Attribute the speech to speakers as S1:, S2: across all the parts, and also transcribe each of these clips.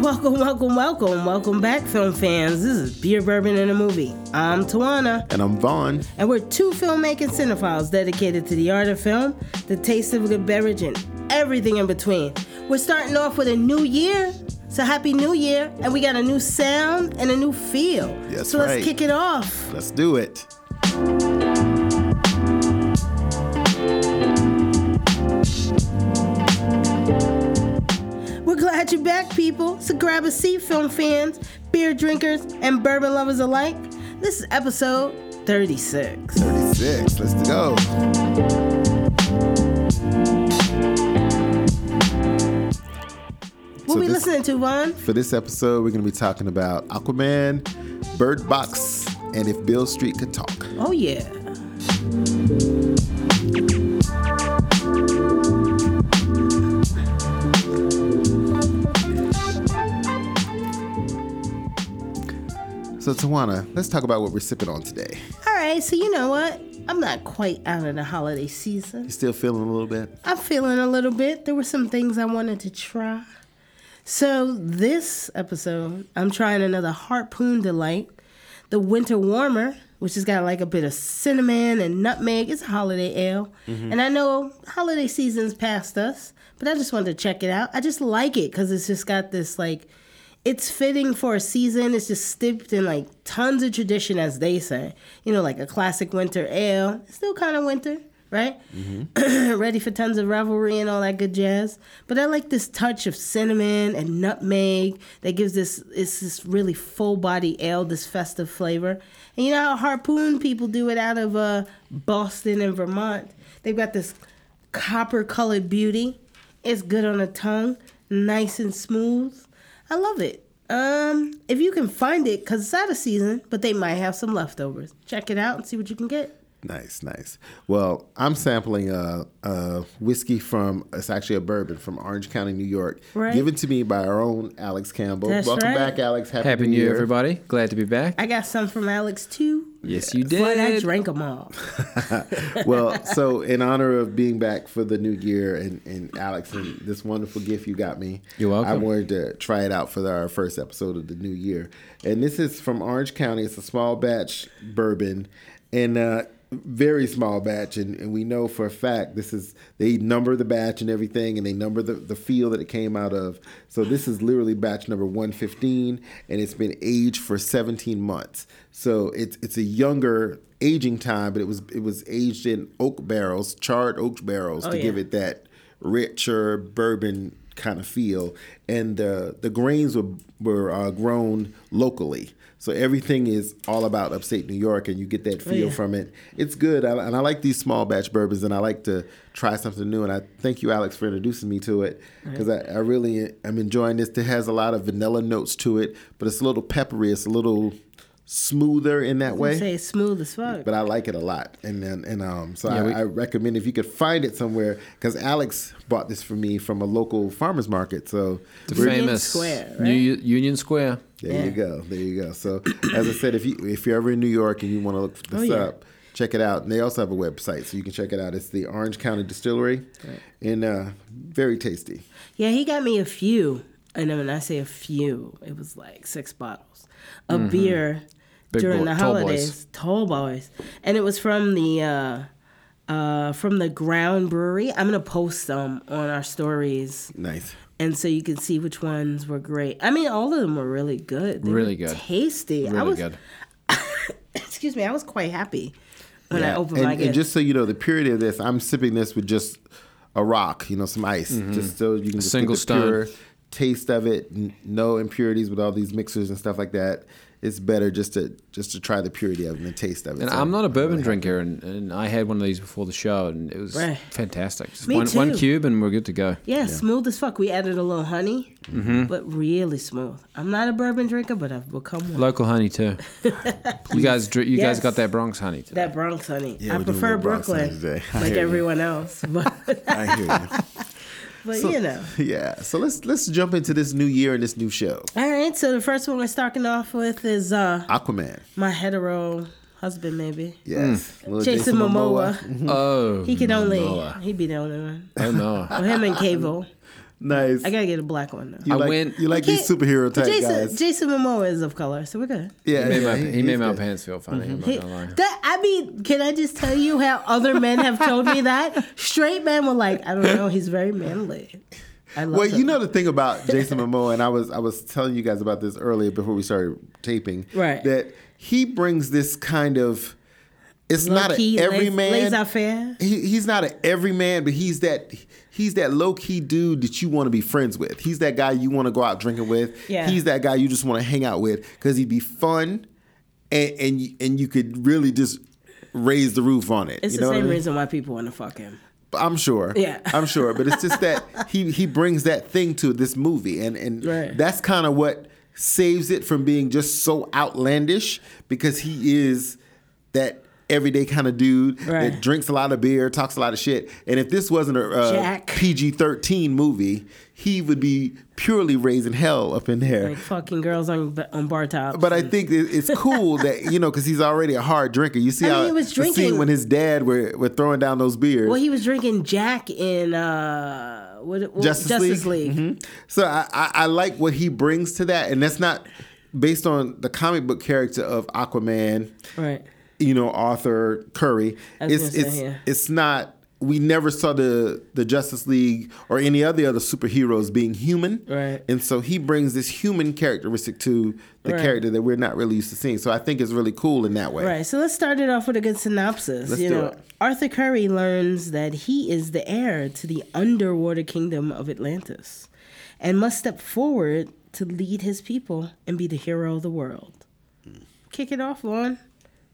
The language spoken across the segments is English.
S1: Welcome, welcome, welcome, welcome back, film fans. This is Beer Bourbon in a Movie. I'm Tawana,
S2: And I'm Vaughn.
S1: and we're two filmmaking cinephiles dedicated to the art of film, the taste of a good beverage, and everything in between. We're starting off with a new year, so happy new year, and we got a new sound and a new feel.
S2: That's
S1: so let's
S2: right.
S1: kick it off.
S2: Let's do it.
S1: We're glad you're back, people. So grab a seat, film fans, beer drinkers, and bourbon lovers alike. This is episode 36.
S2: 36. Let's go.
S1: What
S2: So
S1: we
S2: this-
S1: listening to, Vaughn?
S2: For this episode, we're going to be talking about Aquaman, Bird Box, and if Bill Street could talk.
S1: Oh yeah.
S2: So, Tawana, let's talk about what we're sipping on today.
S1: All right, so you know what? I'm not quite out of the holiday season.
S2: You still feeling a little bit?
S1: I'm feeling a little bit. There were some things I wanted to try. So this episode, I'm trying another Harpoon Delight, the Winter Warmer, which has got like a bit of cinnamon and nutmeg. It's a holiday ale, and I know holiday season's past us, but I just wanted to check it out. I just like it because it's just got this like, it's fitting for a season. It's just steeped in like tons of tradition, as they say. You know, like a classic winter ale. It's still kind of winter, right? ready for tons of revelry and all that good jazz. But I like this touch of cinnamon and nutmeg that gives this it's this really full body ale, this festive flavor. And you know how harpoon people do it out of uh, Boston and Vermont. They've got this copper colored beauty. It's good on the tongue, nice and smooth. I love it. Um, if you can find it, cause it's out of season, but they might have some leftovers. Check it out and see what you can get.
S2: Nice, nice. Well, I'm sampling a, a whiskey from, it's actually a bourbon from Orange County, New York,
S1: Right.
S2: given to me by our own Alex Campbell.
S1: That's
S2: Welcome
S1: right.
S2: back, Alex. Happy,
S3: Happy
S2: New
S3: New Year,
S2: Year.
S3: everybody. Glad to be back.
S1: I got some from Alex too.
S3: yes, you did.
S1: But I drank them all.
S2: well, so in honor of being back for the new year and, and Alex and this wonderful gift you got me,
S3: You're welcome.
S2: I wanted to try it out for the- our first episode of the new year. And this is from Orange County. It's a small batch bourbon and uh, very small batch. And, and we know for a fact this is, they number the batch and everything and they number the, the field that it came out of. So this is literally batch number 115 and it's been aged for 17 months. So it's, it's a younger aging time, but it was, it was aged in oak barrels, charred oak barrels
S1: Oh,
S2: to give
S1: yeah.
S2: it it that richer bourbon kind of feel, and the the grains were were uh, grown locally. So everything is all about upstate New York, and you get that feel
S1: yeah.
S2: from it. It's good, I, and I like these small batch bourbons, and I like to try something new. And I thank you, Alex, for introducing me to it because I, I really am enjoying this. It has a lot of vanilla notes to it, but it's a little peppery. It's a little smoother in that way
S1: You say it's smooth as fuck.
S2: but I like it a lot. And and, and um, so
S3: Yeah,
S2: I,
S3: we-
S2: I recommend if you could find it somewhere because Alex bought this for me from a local farmers market. So
S3: the
S2: we're-
S1: Union
S3: famous
S1: Square,
S3: New U- Union Square.
S2: there
S1: Yeah.
S2: you go, there you go. So as I said, if you if you're ever in New York and you want to look this
S1: Oh, yeah.
S2: up. Check it out. And they also have a website, so you can check it out. It's the Orange County Distillery, and uh, very tasty.
S1: yeah, he got me a few. And then when I say a few, it was like six bottles of beer
S3: Mm-hmm. Big
S1: during
S3: boy-
S1: the
S3: tall boys.
S1: holidays. Tall boys. And it was from the uh, uh, from the ground brewery. I'm gonna post them on our stories
S2: Nice.
S1: and so you can see which ones were great. I mean all of them were really good. They were
S3: Really good.
S1: Tasty. I
S3: Really
S1: was
S3: good.
S1: excuse me, I was quite happy when I
S2: Yeah.
S1: opened
S2: and,
S1: my
S2: and
S1: gift.
S2: just so you know, the purity of this, I'm sipping this with just a rock, you know, some ice, just so you can just
S3: Mm-hmm. Single
S2: get the
S3: stone.
S2: pure taste of it. n- No impurities with all these mixers and stuff like that. It's better just to just to try the purity of it and the taste of it.
S3: And
S2: So-
S3: I'm not a bourbon drinker, and, and I had one of these before the show, and it was
S1: Right.
S3: fantastic. Just
S1: Me
S3: one, one
S1: too.
S3: cube, and we're good to go.
S1: Yeah, smooth as fuck. We added a little honey,
S3: Mm-hmm.
S1: but really smooth. I'm not a bourbon drinker, but I've become one.
S3: Local honey too. you guys, dr- you
S1: Yes.
S3: guys got that Bronx honey. Today.
S1: that Bronx honey.
S2: Yeah,
S1: I
S2: we're doing
S1: prefer
S2: the Bronx honey
S1: Brooklyn,
S2: today. I
S1: like
S2: hear you.
S1: everyone else. But,
S2: I hear
S1: but
S2: you.
S1: you know.
S2: Yeah. So let's let's jump into this new year and this new show.
S1: All right, so the first one we're starting off with is uh,
S2: Aquaman.
S1: my hetero husband, maybe.
S2: Yes.
S3: Mm.
S2: Little
S1: Jason Momoa.
S3: Oh,
S1: He could only,
S3: Momoa.
S1: he'd be the only one.
S3: Oh no.
S1: Well, him and Cable.
S2: Nice.
S1: I gotta get a black one though.
S2: you
S3: I
S2: like,
S3: went-
S2: You like these superhero type
S1: Jason,
S2: guys?
S1: Jason Momoa is of color, so we're good.
S2: yeah,
S3: He made
S2: yeah,
S3: my, he made
S2: he's
S3: my
S2: good.
S3: pants feel funny. I'm not
S1: He-
S3: gonna lie.
S1: that, I mean, can I just tell you how other men have told me that? Straight men were like, I don't know, he's very manly. I love
S2: Well, you
S1: him.
S2: know the thing about Jason Momoa, and I was I was telling you guys about this earlier before we started taping.
S1: Right.
S2: That he brings this kind of. It's not
S1: Low-key,
S2: an everyman.
S1: laissez- laissez-faire.
S2: He, he's not an everyman, but he's that he's that low key dude that you want to be friends with. He's that guy you want to go out drinking with.
S1: Yeah.
S2: He's that guy you just want to hang out with because he'd be fun, and and you- and you could really just raise the roof on it.
S1: It's
S2: you
S1: the
S2: know what I
S1: same
S2: mean?
S1: reason why people want to fuck him.
S2: I'm sure.
S1: Yeah.
S2: I'm sure. But it's just that he he brings that thing to this movie and and
S1: Right.
S2: that's kind of what saves it from being just so outlandish because he is that everyday kind of dude
S1: Right.
S2: that drinks a lot of beer, talks a lot of shit. And if this wasn't a uh,
S1: Jack.
S2: PG-13 movie, he would be purely raising hell up in there.
S1: Like fucking girls on on bar tops.
S2: But I think it, it's cool that you know because he's already a hard drinker. You see
S1: I mean,
S2: how
S1: he was
S2: the scene
S1: drinking-
S2: when his dad were, were throwing down those beers.
S1: well, he was drinking Jack in uh, what, what
S2: Justice League? Mm-hmm. So I, I, I like what he brings to that, and that's not based on the comic book character of Aquaman,
S1: Right.
S2: you know, Arthur Curry.
S1: was
S2: It's
S1: gonna
S2: it's
S1: say, yeah.
S2: it's not. We never saw the the Justice League or any of the other superheroes being human,
S1: Right.
S2: And so he brings this human characteristic to the
S1: Right.
S2: character that we're not really used to seeing. So I think it's really cool in that way.
S1: Right. So let's start it off with a good synopsis.
S2: Let's
S1: you
S2: do
S1: know,
S2: it.
S1: Arthur Curry learns that he is the heir to the underwater kingdom of Atlantis and must step forward to lead his people and be the hero of the world.
S2: Hmm.
S1: Kick it off, Lauren.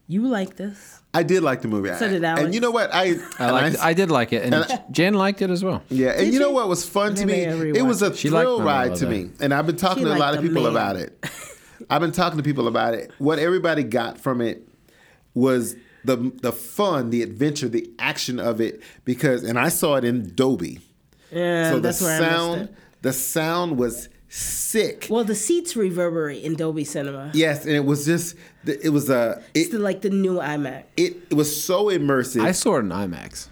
S1: You like this.
S2: I did like the movie.
S1: So did
S2: I,
S1: Alex.
S2: and you know what? I
S3: I liked. I did like it, and,
S2: and I-
S3: Jen liked it as well.
S2: Yeah, and
S1: Did
S2: you know
S1: you?
S2: what was fun to
S1: Maybe
S2: me?
S1: I
S2: It was a
S3: She liked
S2: thrill
S3: Momoa,
S2: ride to
S3: though.
S2: me, and I've been talking
S1: She
S2: to a lot
S1: liked
S2: of
S1: the
S2: people
S1: man.
S2: about it. I've been talking to people about it. What everybody got from it was the the fun, the adventure, the action of it. Because, and I saw it in Dolby,
S1: Yeah,
S2: so
S1: Uh, that's
S2: the
S1: where I missed
S2: sound
S1: it.
S2: the sound was sick.
S1: Well, the seats reverberate in Dolby Cinema.
S2: Yes, and it was just it was a
S1: It's
S2: it
S1: the, like the new iMac.
S2: it, it was so immersive.
S3: I saw it in IMAX,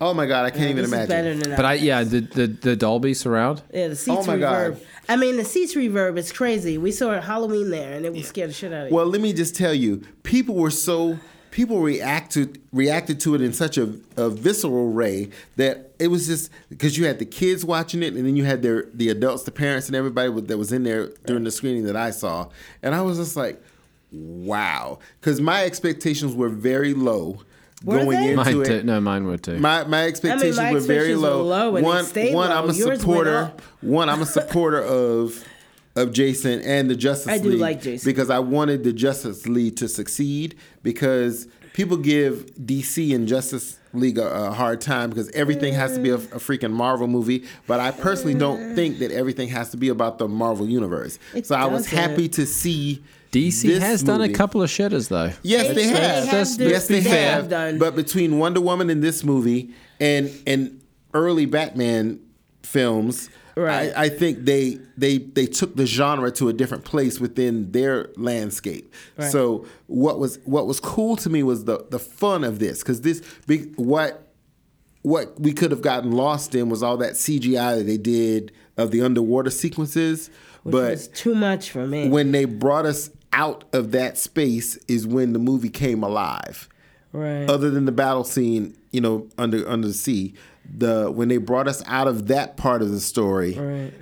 S2: oh my god, I can't even
S1: This
S2: imagine.
S1: is better than
S3: but I
S1: iMax.
S3: yeah the the, the Dolby surround.
S1: Yeah, the seats
S2: Oh my
S1: reverb.
S2: God.
S1: I mean, the seats reverb is crazy. We saw it Halloween there, and it would scare the shit out of you.
S2: Well, let me just tell you, people were so people reacted reacted to it in such a, a visceral way that it was just because you had the kids watching it, and then you had their the adults, the parents, and everybody wa- that was in there during the screening that I saw, and I was just like, wow, because my expectations were very low
S1: Were
S2: going
S1: they?
S2: into
S3: Mine
S2: it.
S3: too. No, mine were too.
S2: My my expectations
S1: my
S2: were very
S1: expectations were
S2: low.
S1: low and they
S2: one,
S1: stayed
S2: one,
S1: low.
S2: I'm a
S1: Yours went
S2: supporter.
S1: up.
S2: One, I'm a supporter of of Jason and the Justice
S1: I
S2: League.
S1: do like Jason.
S2: because I wanted the Justice League to succeed. Because people give DC and Justice League a, a hard time because everything has to be a, a freaking Marvel movie. But I personally don't think that everything has to be about the Marvel universe.
S1: Mm. It
S2: so I was
S1: doesn't.
S2: happy to see
S3: DC
S2: this
S3: has done a
S2: movie.
S3: couple of shitters though.
S2: Yes,
S1: They
S2: they,
S1: should
S2: have.
S1: have
S3: Let's- done-
S2: yes, they,
S1: they
S2: have.
S1: have done.
S2: But between Wonder Woman in this movie and and early Batman films,
S1: Right.
S2: I, I think they they they took the genre to a different place within their landscape. So what was what was cool to me was the the fun of this because this big what what we could have gotten lost in was all that CGI that they did of the underwater sequences, but
S1: it's too much for me.
S2: when they brought us out of that space is when the movie came alive.
S1: right.
S2: Other than the battle scene, you know, under under the sea, the when they brought us out of that part of the story,
S1: right.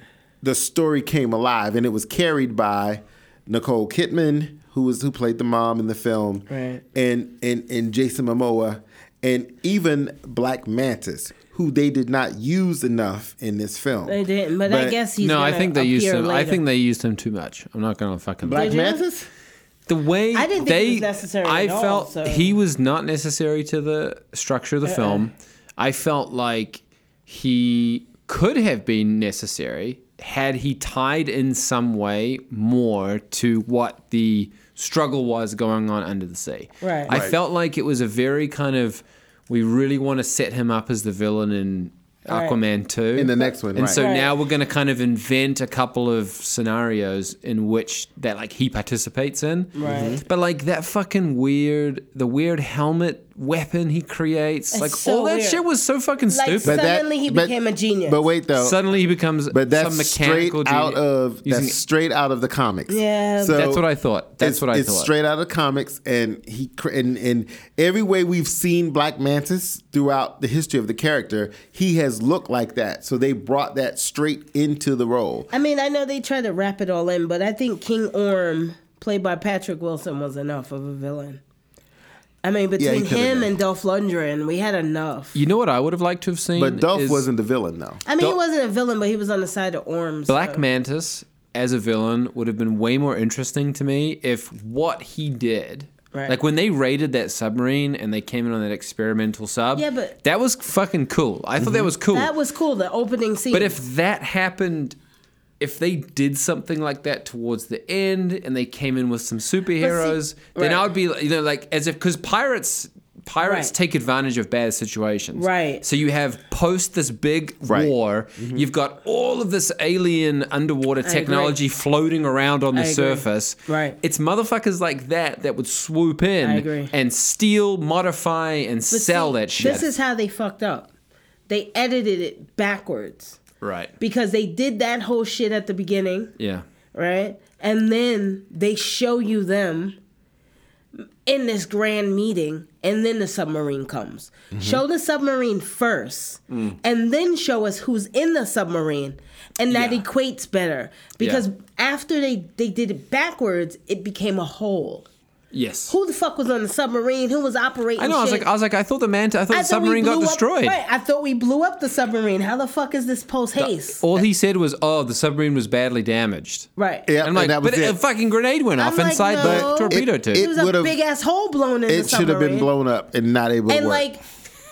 S2: the story came alive and it was carried by Nicole Kidman, who was who played the mom in the film,
S1: Right.
S2: and and and Jason Momoa, and even Black Mantis, who they did not use enough in this film.
S1: They didn't, but, I guess he's
S3: no, I
S1: gonna
S3: think they used
S1: appear
S3: him. I
S1: later.
S3: think they used him too much. I'm not gonna fucking.
S2: Black
S3: lie.
S1: Did you?
S2: Mantis.
S3: The way
S1: I didn't think
S3: they,
S1: he was necessary
S3: I
S1: at all,
S3: felt
S1: so- Uh-uh.
S3: he was not necessary to the structure of the film. I felt like he could have been necessary had he tied in some way more to what the struggle was going on under the sea.
S1: Right.
S3: I
S1: Right.
S3: felt like it was a very kind of we really want to set him up as the villain and
S1: Right.
S3: Aquaman 2.
S2: In the next one,
S3: And
S2: right.
S3: so
S1: Right.
S3: now we're going to kind of invent a couple of scenarios in which that like he participates in.
S1: Right.
S3: But like that fucking weird, the weird helmet weapon he creates,
S1: It's
S3: like
S1: so
S3: all that
S1: weird.
S3: shit was so fucking
S1: Like,
S3: stupid.
S1: so- Suddenly he became a genius.
S2: But wait though,
S3: Suddenly he becomes
S2: but that's
S3: some
S2: straight
S3: mechanical
S2: out
S3: genius
S2: of
S3: using-
S2: that's straight out of the comics.
S1: Yeah.
S2: So
S3: That's what I thought. That's
S2: it's,
S3: what I
S2: it's
S3: thought.
S2: straight out of comics, and he cr- and and every way we've seen Black Mantis throughout the history of the character, he has looked like that. So they brought that straight into the role.
S1: I mean, I know they tried to wrap it all in, but I think King Orm, played by Patrick Wilson, was enough of a villain. I mean,
S2: he
S1: between
S2: could've
S1: him
S2: been.
S1: and Dolph Lundgren, we had enough.
S3: you know what I would have liked to have seen?
S2: But Dolph
S3: is
S2: wasn't the villain though.
S1: I mean, he
S3: Dol-
S1: wasn't a villain, but he was on the side of Orm. so-
S3: Black Mantis as a villain would have been way more interesting to me if what he did.
S1: Right.
S3: Like when they raided that submarine and they came in on that experimental sub.
S1: Yeah, but- Mhm.
S3: that was fucking cool. I thought that was cool.
S1: That was cool. The opening scene.
S3: But if that happened, if they did something like that towards the end and they came in with some superheroes, then
S1: right.
S3: I would be, you know, like as if because pirates. Pirates
S1: Right.
S3: take advantage of bad situations.
S1: Right.
S3: So you have post this big
S2: Right.
S3: war, you've got all of this alien underwater
S1: agree.
S3: technology floating around on the
S1: agree.
S3: surface.
S1: Right.
S3: It's motherfuckers like that that would swoop in
S1: I agree.
S3: and steal, modify, and
S1: But
S3: sell
S1: see,
S3: that shit.
S1: This is how they fucked up. They edited it backwards
S3: right.
S1: because they did that whole shit at the beginning,
S3: Yeah.
S1: right? And then they show you them in this grand meeting, and then the submarine comes.
S3: Mm-hmm.
S1: Show the submarine first,
S3: Mm.
S1: and then show us who's in the submarine, and that
S3: Yeah.
S1: equates better because after they they did it backwards, it became a whole.
S3: Yes.
S1: Who the fuck was on the submarine? Who was operating?
S3: I know. I was
S1: shit?
S3: like, I was like, I thought the man. I thought
S1: I
S3: the
S1: thought we
S3: submarine got
S1: blew up-
S3: destroyed.
S1: right, I thought we blew up the submarine. How the fuck is this post haste?
S3: All he said was, "Oh, the submarine was badly damaged."
S1: Right.
S2: Yeah,
S3: I'm like,
S2: and that was
S3: but
S2: it.
S3: a fucking grenade went
S1: I'm
S3: off
S1: like,
S3: inside
S1: no.
S3: the torpedo
S2: It-
S3: tube.
S1: It was a
S2: would've-
S1: big ass hole blown in the
S2: It should have
S1: submarine.
S2: been blown up and not able to
S1: And
S2: work.
S1: like,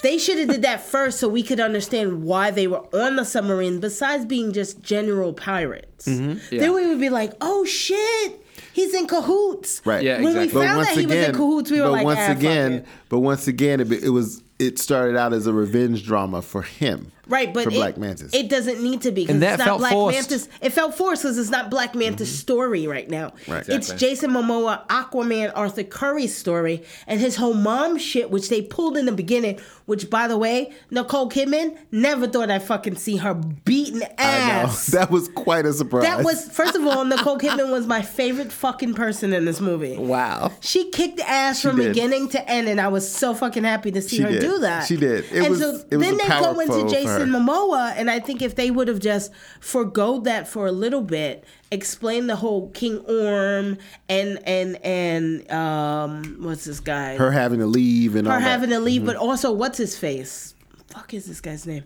S1: they should have did that first so we could understand why they were on the submarine. Besides being just general pirates,
S2: Mm-hmm.
S3: Yeah.
S1: then we would be like, oh shit, he's in cahoots.
S2: Right.
S3: Yeah,
S1: When we
S3: exactly.
S2: but
S1: found
S2: once
S1: that he
S2: again,
S1: was in cahoots, we were
S2: but
S1: like,
S2: once
S1: "Ah, fuck
S2: again,
S1: it."
S2: but once again, it, it was it started out as a revenge drama for him,
S1: Right, but
S2: for
S1: it,
S2: Black Mantis,
S1: it doesn't need to be because
S3: And
S1: it's
S3: that
S1: not
S3: felt
S1: Black
S3: forced.
S1: Mantis. It felt forced because it's not Black Mantis' story right now.
S2: Mm-hmm. Right.
S1: It's
S3: Exactly.
S1: Jason Momoa, Aquaman, Arthur Curry's story, and his whole mom shit, which they pulled in the beginning. Which, by the way, Nicole Kidman never thought I'd fucking see her beaten
S2: I know.
S1: ass.
S2: that was quite a surprise.
S1: That was first of all, Nicole Kidman was my favorite fucking person in this movie.
S2: wow.
S1: She kicked ass from
S2: did.
S1: beginning to end, and I was so fucking happy to see
S2: She
S1: her
S2: did.
S1: do that.
S2: She did. It
S1: and
S2: was-
S1: so
S2: it was
S1: then
S2: a
S1: they
S2: power
S1: go into
S2: pose for her.
S1: Jason Momoa, and I think if they would have just forgoed that for a little bit, explained the whole King Orm and and and um, what's this guy?
S2: Her having to leave and all
S1: Her
S2: that.
S1: having to leave, but also what's his face? Fuck is this guy's name?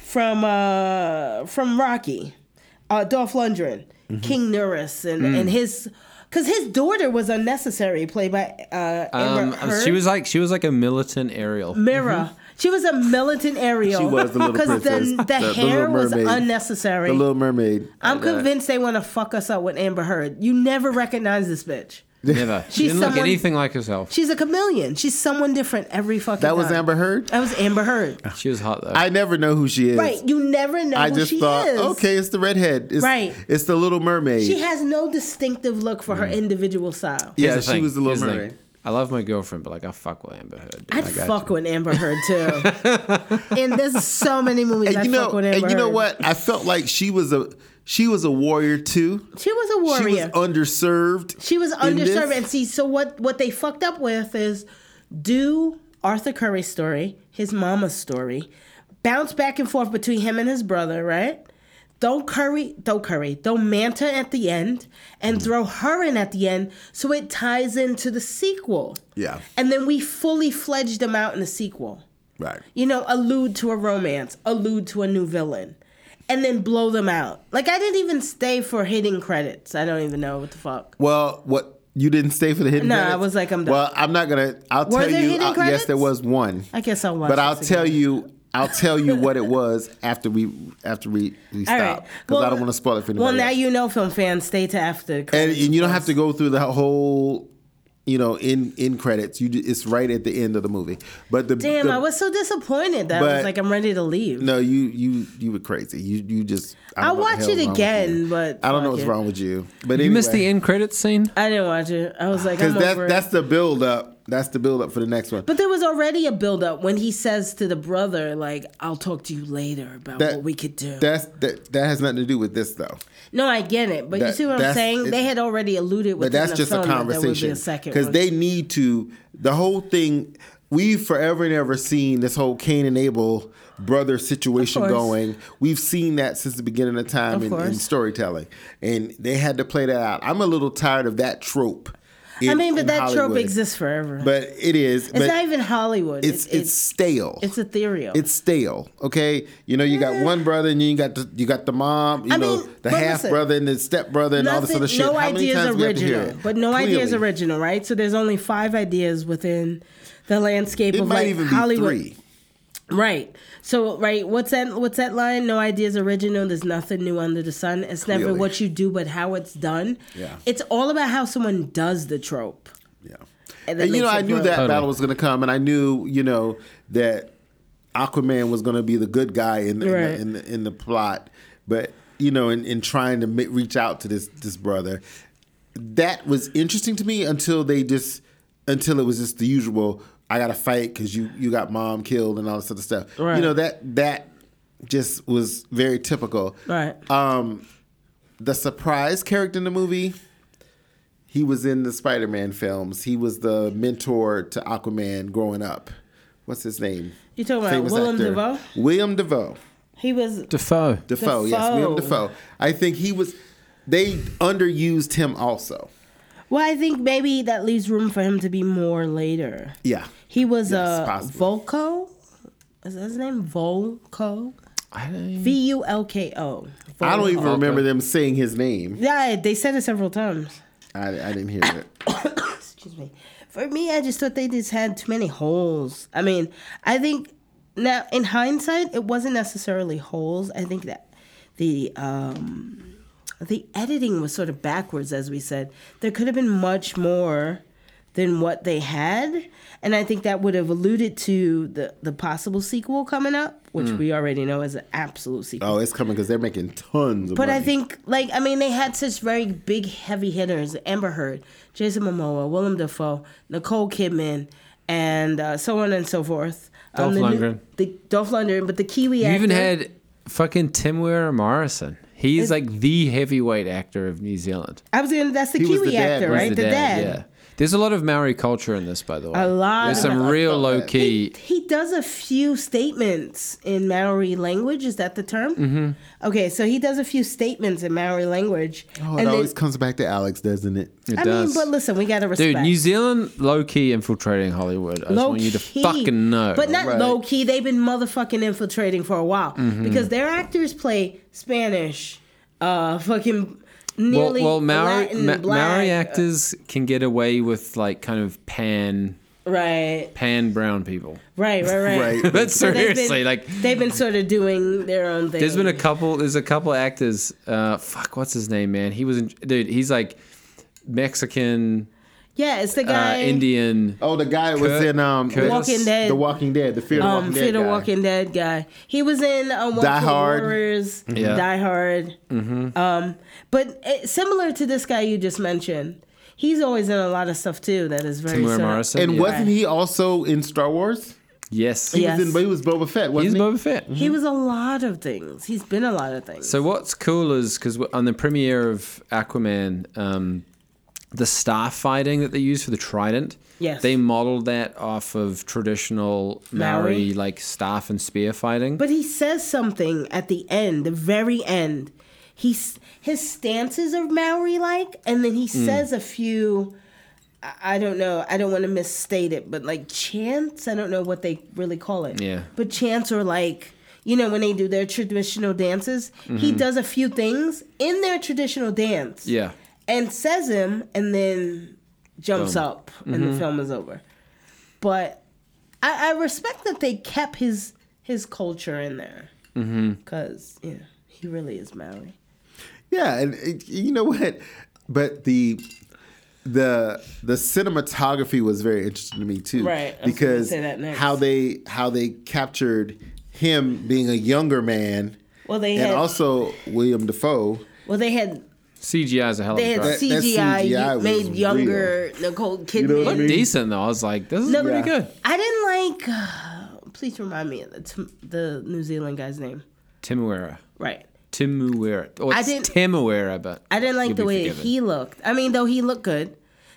S1: From uh from Rocky, uh Dolph Lundgren,
S2: Mm-hmm.
S1: King Nerys, and
S2: Mm.
S1: and his. Cause his daughter was unnecessary, played by uh,
S3: Um,
S1: Amber Heard.
S3: she was like, she was like a militant aerial.
S1: Mira. She was a militant Ariel.
S2: Mm-hmm. She was the little princess.
S1: the, the,
S2: The- the
S1: hair
S2: Little
S1: was
S2: Mermaid.
S1: unnecessary.
S2: the Little Mermaid.
S1: I'm convinced they want to fuck us up with Amber Heard. You never recognize this bitch.
S3: Never. She
S1: She's
S3: didn't look
S1: someone-
S3: anything like herself.
S1: She's a chameleon. She's someone different every fucking.
S2: That was
S1: time.
S2: Amber Heard.
S1: That was Amber Heard.
S3: She was hot though.
S2: I never know who she is.
S1: Right. You never know
S2: I
S1: who
S2: just
S1: she
S2: thought,
S1: is.
S2: okay, it's the redhead. It's,
S1: Right.
S2: It's the Little Mermaid.
S1: She has no distinctive look for her individual style.
S3: Here's
S2: Mm. yeah,
S3: the
S2: she
S3: thing.
S2: was the Little
S3: Here's the thing.
S2: Mermaid.
S3: I love my girlfriend, but like I fuck with Amber Heard. dude.
S1: I'd fuck with Amber Heard too. and there's so many movies
S2: And
S1: I
S2: you know,
S1: fuck with Amber
S2: and you know
S1: Heard.
S2: what? I felt like she was a she was a warrior too.
S1: She was a warrior.
S2: She was underserved.
S1: She was
S2: in this.
S1: underserved, and see, so what? What they fucked up with is do Arthur Curry's story, his mama's story, bounce back and forth between him and his brother, right? Throw Curry, throw Curry, throw Manta at the end,
S2: Mm-hmm.
S1: and throw her in at the end, so it ties into the sequel.
S2: Yeah.
S1: and then we fully fledged them out in the sequel.
S2: Right.
S1: You know, allude to a romance, allude to a new villain. And then blow them out. Like I didn't even stay for hidden credits. I don't even know what the fuck.
S2: Well, what you didn't stay for the hidden?
S1: No, I
S2: credits?
S1: was like, I'm done.
S2: Well, I'm not gonna. I'll
S1: Were
S2: tell
S1: there
S2: you.
S1: hidden
S2: I'll- yes, there
S1: credits?
S2: was one,
S1: I guess I'll watch.
S2: but I'll
S1: this
S2: tell
S1: again.
S2: you. I'll tell you what it was after we after we we
S1: All
S2: stop
S1: right.
S2: because I don't want to spoil it for anybody.
S1: Well, now
S2: else.
S1: you know, film fans, stay to after. the
S2: and,
S1: credits.
S2: and you don't have to go through the whole. you know, in in credits. You ju- it's right at the end of the movie. But the
S1: Damn,
S2: the-
S1: I was so disappointed that I
S2: but-
S1: was like, I'm ready to leave.
S2: no, you you you were crazy. You you just I
S1: I'll
S2: don't know what
S1: watch
S2: the hell's
S1: it
S2: wrong with you.
S1: again, but
S2: I don't know
S1: fuck
S2: what's
S1: it.
S2: wrong with you. But
S3: You missed the
S2: anyway.
S3: end credits scene?
S1: I didn't watch it. I was like, I'm
S2: Because that's
S1: over it.
S2: that's the build up. That's the build up for the next one.
S1: But there was already a buildup when he says to the brother, like, I'll talk to you later about
S2: That-
S1: what we could do.
S2: That's that that has nothing to do with this though.
S1: no, I get it. But you
S2: That-
S1: see what I'm
S2: that's-
S1: saying?
S2: it-
S1: They had already alluded with
S2: But that's just a conversation.
S1: Because
S2: Because they need to the whole thing we've forever and ever seen this whole Cain and Abel brother situation
S1: course.
S2: going. We've seen that since the beginning of time
S1: Of
S2: in, in
S1: course.
S2: storytelling. And they had to play that out. I'm a little tired of that trope.
S1: I
S2: in-
S1: mean, but
S2: in
S1: that
S2: Hollywood.
S1: trope exists forever.
S2: But it is.
S1: it's
S2: but
S1: not even Hollywood.
S2: it's, it's stale.
S1: it's ethereal.
S2: it's stale. Okay, you know you got one brother and then you got the, you got the mom, you
S1: I
S2: know
S1: mean,
S2: the
S1: but
S2: half brother and the step brother and all this
S1: Nothing-
S2: other shit.
S1: No
S2: How many
S1: idea
S2: times
S1: is
S2: we have to hear
S1: original,
S2: it?
S1: but no idea is
S2: Clearly.
S1: original, right? So there's only five ideas within the landscape
S2: It
S1: of
S2: might
S1: like
S2: even be
S1: Hollywood.
S2: three.
S1: Right. So right, what's that? What's that line? No ideas original. There's nothing new under the sun. It's never
S2: Clearly.
S1: what you do, but how it's done.
S2: Yeah.
S1: It's all about how someone does the trope.
S2: Yeah,
S1: And
S2: and,
S1: that
S2: you know
S1: makes
S2: I
S1: it
S2: knew
S1: grow.
S2: that
S3: Totally.
S2: battle was going to come, and I knew you know that Aquaman was going to be the good guy in the,
S1: Right.
S2: in, the, in the in the plot, but you know in, in trying to mi- reach out to this this brother, that was interesting to me until they just until it was just the usual. I got to fight because you you got mom killed and all this other stuff.
S1: Right.
S2: You know that that just was very typical.
S1: Right.
S2: Um, the surprise character in the movie. He was in the Spider-Man films. He was the mentor to Aquaman growing up. What's his name?
S1: You talking about Willem Dafoe?
S2: William Defoe.
S1: He was
S3: Defoe.
S2: Defoe. Yes, William
S1: Dafoe.
S2: Defoe. I think he was. They underused him also.
S1: well. I think maybe that leaves room for him to be more later.
S2: Yeah.
S1: He was
S2: Yes,
S1: uh,
S2: possible.
S1: Volko. Is that his name Volko?
S3: I-
S1: V U L K O.
S2: I don't even
S1: Oh,
S3: Okay.
S2: remember them saying his name.
S1: Yeah, they said it several times.
S2: I, I didn't hear it.
S1: Excuse me. For me, I just thought they just had too many holes. I mean, I think now in hindsight, it wasn't necessarily holes. I think that the um, the editing was sort of backwards, as we said. There could have been much more than what they had, and I think that would have alluded to the the possible sequel coming up, which
S2: Hmm.
S1: we already know is an absolute sequel.
S2: Oh, it's coming because they're making tons of
S1: But
S2: money.
S1: I think, like, I mean, they had such very big, heavy hitters: Amber Heard, Jason Momoa, Willem Dafoe, Nicole Kidman, and uh, so on and so forth. Um,
S3: Dolph
S1: the new-
S3: Lundgren.
S1: the Dolph Lundgren, but the Kiwi
S3: You
S1: actor.
S3: even had fucking Timur Morrison. He's like the heavyweight actor of New Zealand.
S1: I was gonna. That's the
S2: He was
S1: Kiwi
S2: the dad,
S1: actor,
S2: wasn't
S1: right?
S3: He's
S1: The dad.
S3: Yeah. There's a lot of Maori culture in this, by the way.
S1: A lot
S3: There's
S1: of
S3: some
S1: it. I
S3: real
S2: felt
S3: low
S2: that.
S3: key.
S1: He does a few statements in Maori language. Is that the term? Mm-hmm. Okay, so he does a few statements in Maori language. and
S2: oh, it
S1: they-
S2: always comes back to Alex, doesn't it?
S3: It
S1: I mean,
S3: does.
S1: but listen, we gotta respect.
S3: Dude, New Zealand low key infiltrating Hollywood. I just want you to fucking know.
S1: But not
S2: Right.
S1: low key. They've been motherfucking infiltrating for a while
S3: Mm-hmm.
S1: because their actors play Spanish, uh, fucking
S3: well,
S1: nearly
S3: well Maori,
S1: Latin,
S3: Ma-
S1: black,
S3: Maori actors can get away with like kind of pan
S1: Right,
S3: pan brown people.
S1: right, right, right.
S2: Right.
S3: But
S1: So they've been-
S3: seriously, like
S1: they've been sort of doing their own thing.
S3: There's been a couple. There's a couple actors. Uh, fuck, what's his name, man? He was in, dude. He's like Mexican,
S1: yeah, it's the
S3: uh,
S1: guy
S3: Indian.
S2: Oh, the guy was
S3: Kurt-
S2: in um,
S3: Curtis.
S1: Walking Dead.
S2: The Walking Dead, the Fear of
S1: um,
S2: Walking
S1: Fear
S2: Dead.
S1: the
S2: guy.
S1: Walking Dead guy. He was in uh, Walking
S2: Die Hard.
S1: Warriors,
S3: Mm-hmm. Yeah. Mm-hmm.
S1: Die Hard. Um, but it, similar to this guy you just mentioned, he's always in a lot of stuff too that is very.
S3: Tamura
S1: similar.
S3: Morrison.
S2: And
S3: yeah.
S2: wasn't he also in Star Wars?
S3: Yes.
S2: He
S1: Yeah.
S2: was in,
S1: Yes.
S2: but he was Boba Fett, wasn't
S3: He's
S2: he?
S3: Boba Fett.
S1: He was a lot of things. He's been a lot of things.
S3: So what's cool is because on the premiere of Aquaman, um, the star fighting that they use for the trident,
S1: Yes.
S3: they modeled that off of traditional Maori,
S1: Maori?
S3: like staff and spear fighting.
S1: but he says something at the end, the very end. He's his stances are Maori like, and then he says a few. I- I don't know. I don't want to misstate it, but like chants. I don't know what they really call it.
S3: Yeah.
S1: But chants are like you know when they do their traditional dances. He does a few things in their traditional dance.
S3: yeah.
S1: and says him and then jumps up and the
S3: Mm-hmm.
S1: film is over but I, I respect that they kept his his culture in there
S3: Mm-hmm.
S1: because yeah he really is maori
S2: uh, Yeah, and it, you know what? But the the the cinematography was very interesting to me too.
S1: Right, I was gonna
S2: Because
S1: say that next.
S2: how they how they captured him being a younger man
S1: Well, they
S2: and
S1: had
S2: also William Defoe.
S1: well they had
S3: CGI is a hell of
S1: they
S3: a
S1: had
S3: drug.
S2: That- that
S1: CGI,
S2: CGI was
S1: made
S2: real.
S1: younger Nicole Kidman.
S2: know what I
S3: Looked
S2: mean?
S3: decent though. I was like, this is
S1: No,
S3: pretty
S1: yeah.
S3: good.
S1: I didn't like. Uh, please remind me of the, Tim- the New Zealand guy's name.
S3: Timuera.
S1: Right.
S3: Timuera. Oh,
S1: I
S3: it's
S1: didn't-
S3: Timuera, but
S1: I didn't like
S3: You'll
S1: the
S3: be
S1: way
S3: forgiven.
S1: he looked. I mean, though he looked good,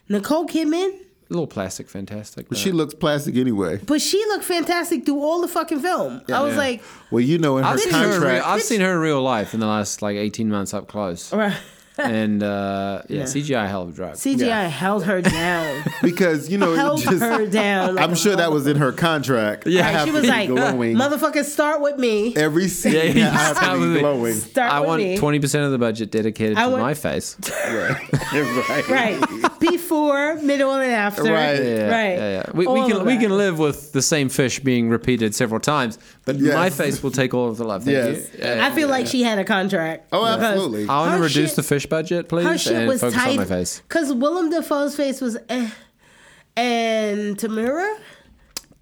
S1: Nicole Kidman,
S3: a little plastic, fantastic.
S2: She looks plastic anyway.
S1: but she looked fantastic through all the fucking film. I was
S3: Yeah.
S1: like,
S2: Well, you know, in her
S3: I've seen her. In real,
S2: contract,
S3: I've seen her in real life in the last like eighteen months up close,
S1: right.
S3: and uh, yeah, CGI hell of a drug.
S1: CGI held her down,
S2: because you know,
S1: held
S2: it just,
S1: her down. like
S2: I'm
S1: a
S2: sure that was in her contract.
S3: Yeah.
S2: I
S1: motherfucker.
S2: have
S1: She was
S2: to be
S1: like,
S2: glowing.
S1: motherfucker, start with me.
S2: every scene.
S3: Yeah,
S2: I have
S3: start
S2: to
S3: with
S2: be
S3: me.
S2: glowing.
S1: Start
S3: I
S1: with
S3: want
S1: me.
S3: twenty percent of the budget dedicated
S1: I
S3: to
S1: want-
S3: my face.
S2: right.
S1: Right. Before, middle, and after.
S2: Right.
S3: Yeah,
S1: Right.
S3: yeah, yeah. We, we
S1: All
S3: can
S1: of
S3: we
S1: that.
S3: can live with the same fish being repeated several times, but
S2: Yes.
S3: my face will take all of the love. Thank
S2: Yes.
S3: you. Yeah.
S1: I feel like she had a contract.
S2: Oh,
S1: because
S2: absolutely.
S3: I want to
S1: Her
S3: reduce
S1: shit-
S3: the fish budget, please,
S1: Her shit
S3: and
S1: was
S3: focus on
S1: tight.
S3: my face.
S1: Because Willem Dafoe's face was eh. And Tamura?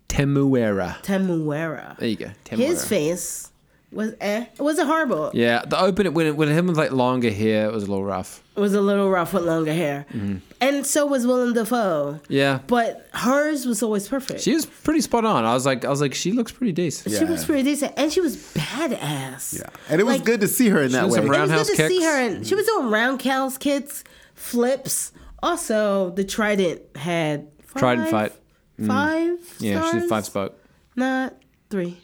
S3: Temuera.
S1: Tamuera.
S3: There you go. Temuera.
S1: His face was eh. It wasn't horrible.
S3: Yeah, the opening when it, when him with like longer hair, it was a little rough.
S1: It was a little rough with longer hair.
S3: Mm-hmm.
S1: And so was Willem Dafoe.
S3: Yeah,
S1: But hers was always perfect.
S3: she was pretty spot on. I was like, I was like, she looks pretty decent.
S1: She
S2: Yeah.
S1: was pretty decent. And she was badass.
S2: Yeah. And it was
S1: Like-
S2: good to see her in that
S3: was a
S2: way.
S3: rap-
S1: It was
S3: Roundhouse
S1: good to see
S3: kicks.
S1: her. And she was doing roundhouse kicks, flips. Also, the Trident had five,
S3: Trident fight. Mm.
S1: Five?
S3: Yeah,
S1: stars?
S3: she's five spoke.
S1: Not three.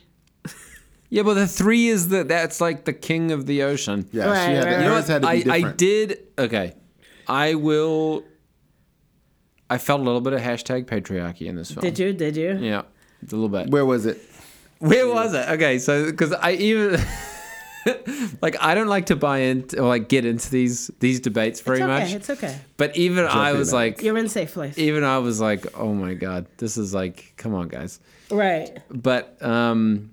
S3: Yeah, but the three is the that's like the king of the ocean.
S2: Yeah, she
S1: Right,
S2: had,
S1: right,
S2: to-
S1: right.
S3: You know
S2: hers
S3: what?
S2: had to be
S3: I, I
S2: different.
S3: did okay. I will. I felt a little bit of hashtag patriarchy in this film.
S1: Did you? Did you?
S3: Yeah, it's a little bit.
S2: Where was it?
S3: Where was it? Okay, so because I even like I don't like to buy into or like get into these these debates very
S1: it's okay.
S3: much.
S1: It's okay.
S3: But even I
S2: in
S3: was
S2: there.
S3: like,
S1: You're in a safe place.
S3: even I was like, oh my god, this is like, come on, guys.
S1: right.
S3: But um,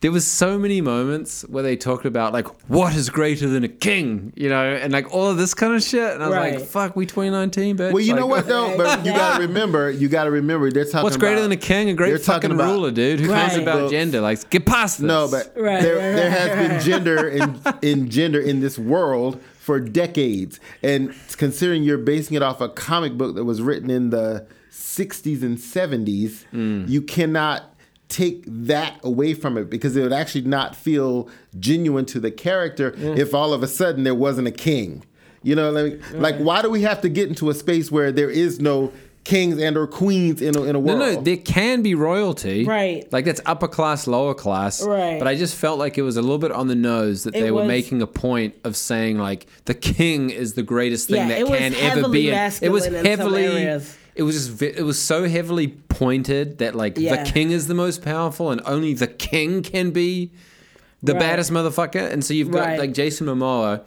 S3: there was so many moments where they talked about like what is greater than a king, you know, and like all of this kind of shit, and I was
S1: Right.
S3: like, fuck, we 2019, bitch.
S2: Well, you
S3: Like,
S2: know what though, but you gotta remember, you gotta remember they're talking.
S3: What's greater
S2: about-
S3: than a king? A
S2: they're
S3: great
S2: talking
S3: fucking
S2: about-
S3: ruler, dude. Who cares
S1: Right.
S3: about
S2: Well-
S3: gender? Like, get past this.
S2: No, but
S1: Right,
S2: there,
S1: right,
S2: there
S1: right,
S2: has
S1: right,
S2: been gender in, in gender in this world for decades, and considering you're basing it off a comic book that was written in the '60s and '70s,
S3: Mm.
S2: you cannot take that away from it because it would actually not feel genuine to the character if all of a sudden there wasn't a king. You know, like, like why do we have to get into a space where there is no kings and or queens in a, in a
S3: No,
S2: world?
S3: no, there can be royalty.
S1: Right.
S3: Like that's upper class, lower class.
S1: Right.
S3: But I just felt like it was a little bit on the nose that
S1: It
S3: they were
S1: was-
S3: making a point of saying like the king is the greatest thing
S1: Yeah,
S3: that
S1: it was
S3: can ever be.
S1: heavily
S3: and It was
S1: masculine in some
S3: heavily
S1: areas.
S3: it was just ve- it was so heavily pointed that like
S1: Yeah.
S3: the king is the most powerful and only the king can be the
S1: Right.
S3: baddest motherfucker. And so you've got
S1: Right.
S3: like Jason Momoa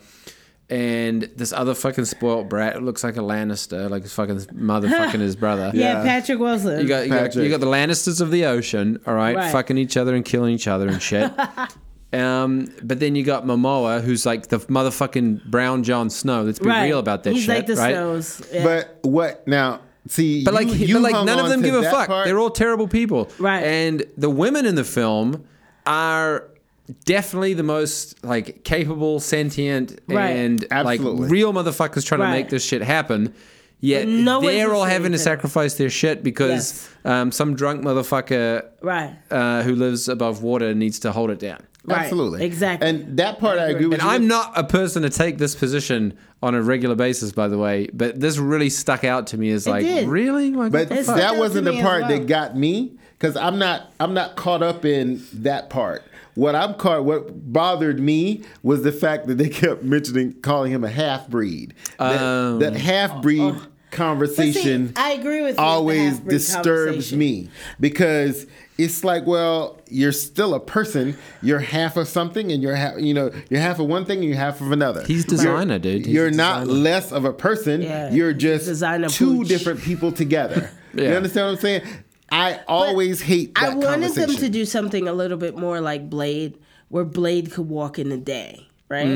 S3: and this other fucking spoiled brat it looks like a Lannister, like his fucking motherfucking his brother.
S1: Yeah,
S2: Yeah.
S1: Patrick Wilson.
S3: You got, you, got,
S2: Patrick.
S3: you got the Lannisters of the ocean, all right,
S1: Right.
S3: fucking each other and killing each other and shit. um, but then you got Momoa, who's like the motherfucking brown Jon Snow. Let's be
S1: right.
S3: real about that
S1: He's
S3: shit,
S1: like the
S3: right?
S1: snows. Yeah.
S2: But what now? See,
S3: But like,
S2: you,
S3: he-
S2: you
S3: but like,
S2: hung
S3: none of
S2: on
S3: them
S2: to
S3: give a
S2: that
S3: fuck.
S2: part.
S3: They're all terrible people,
S1: Right.
S3: And the women in the film are definitely the most like capable, sentient,
S1: Right.
S3: and
S2: Absolutely.
S3: like real motherfuckers trying
S1: Right.
S3: to make this shit happen. Yet
S1: no one's
S3: they're all
S1: listening
S3: having to
S1: to them.
S3: sacrifice their shit because um, some drunk motherfucker
S1: right.
S3: uh, who lives above water needs to hold it down.
S1: Right.
S2: Absolutely.
S1: Exactly.
S2: And that part I agree with
S3: And
S2: you.
S3: I'm not a person to take this position on a regular basis, by the way, but this really stuck out to me as like,
S1: did.
S3: really? Like,
S2: but
S3: what the fuck?
S1: still
S2: that
S1: to
S2: wasn't the
S1: me as
S2: part
S1: well.
S2: that got me cuz I'm not I'm not caught up in that part. What I'm caught what bothered me was the fact that they kept mentioning calling him a half breed. That,
S3: Oh.
S2: that half breed
S1: But see,
S2: conversation
S1: I agree with you with the
S2: always
S1: half-breed
S2: disturbs
S1: conversation.
S2: me because it's like, well, you're still a person. You're half of something, and you're half, you know, you're half of one thing, and you're half of another.
S3: He's
S2: You're-
S3: designer, dude. He's
S2: you're
S3: a
S2: not
S3: designer.
S2: less of a person.
S1: Yeah.
S2: You're just
S1: Designer
S2: two
S1: pooch.
S2: different people together. You
S3: Yeah.
S2: understand what I'm saying? I always hate. That
S1: I wanted them
S2: conversation.
S1: to do something a little bit more like Blade, where Blade could walk in the day. right?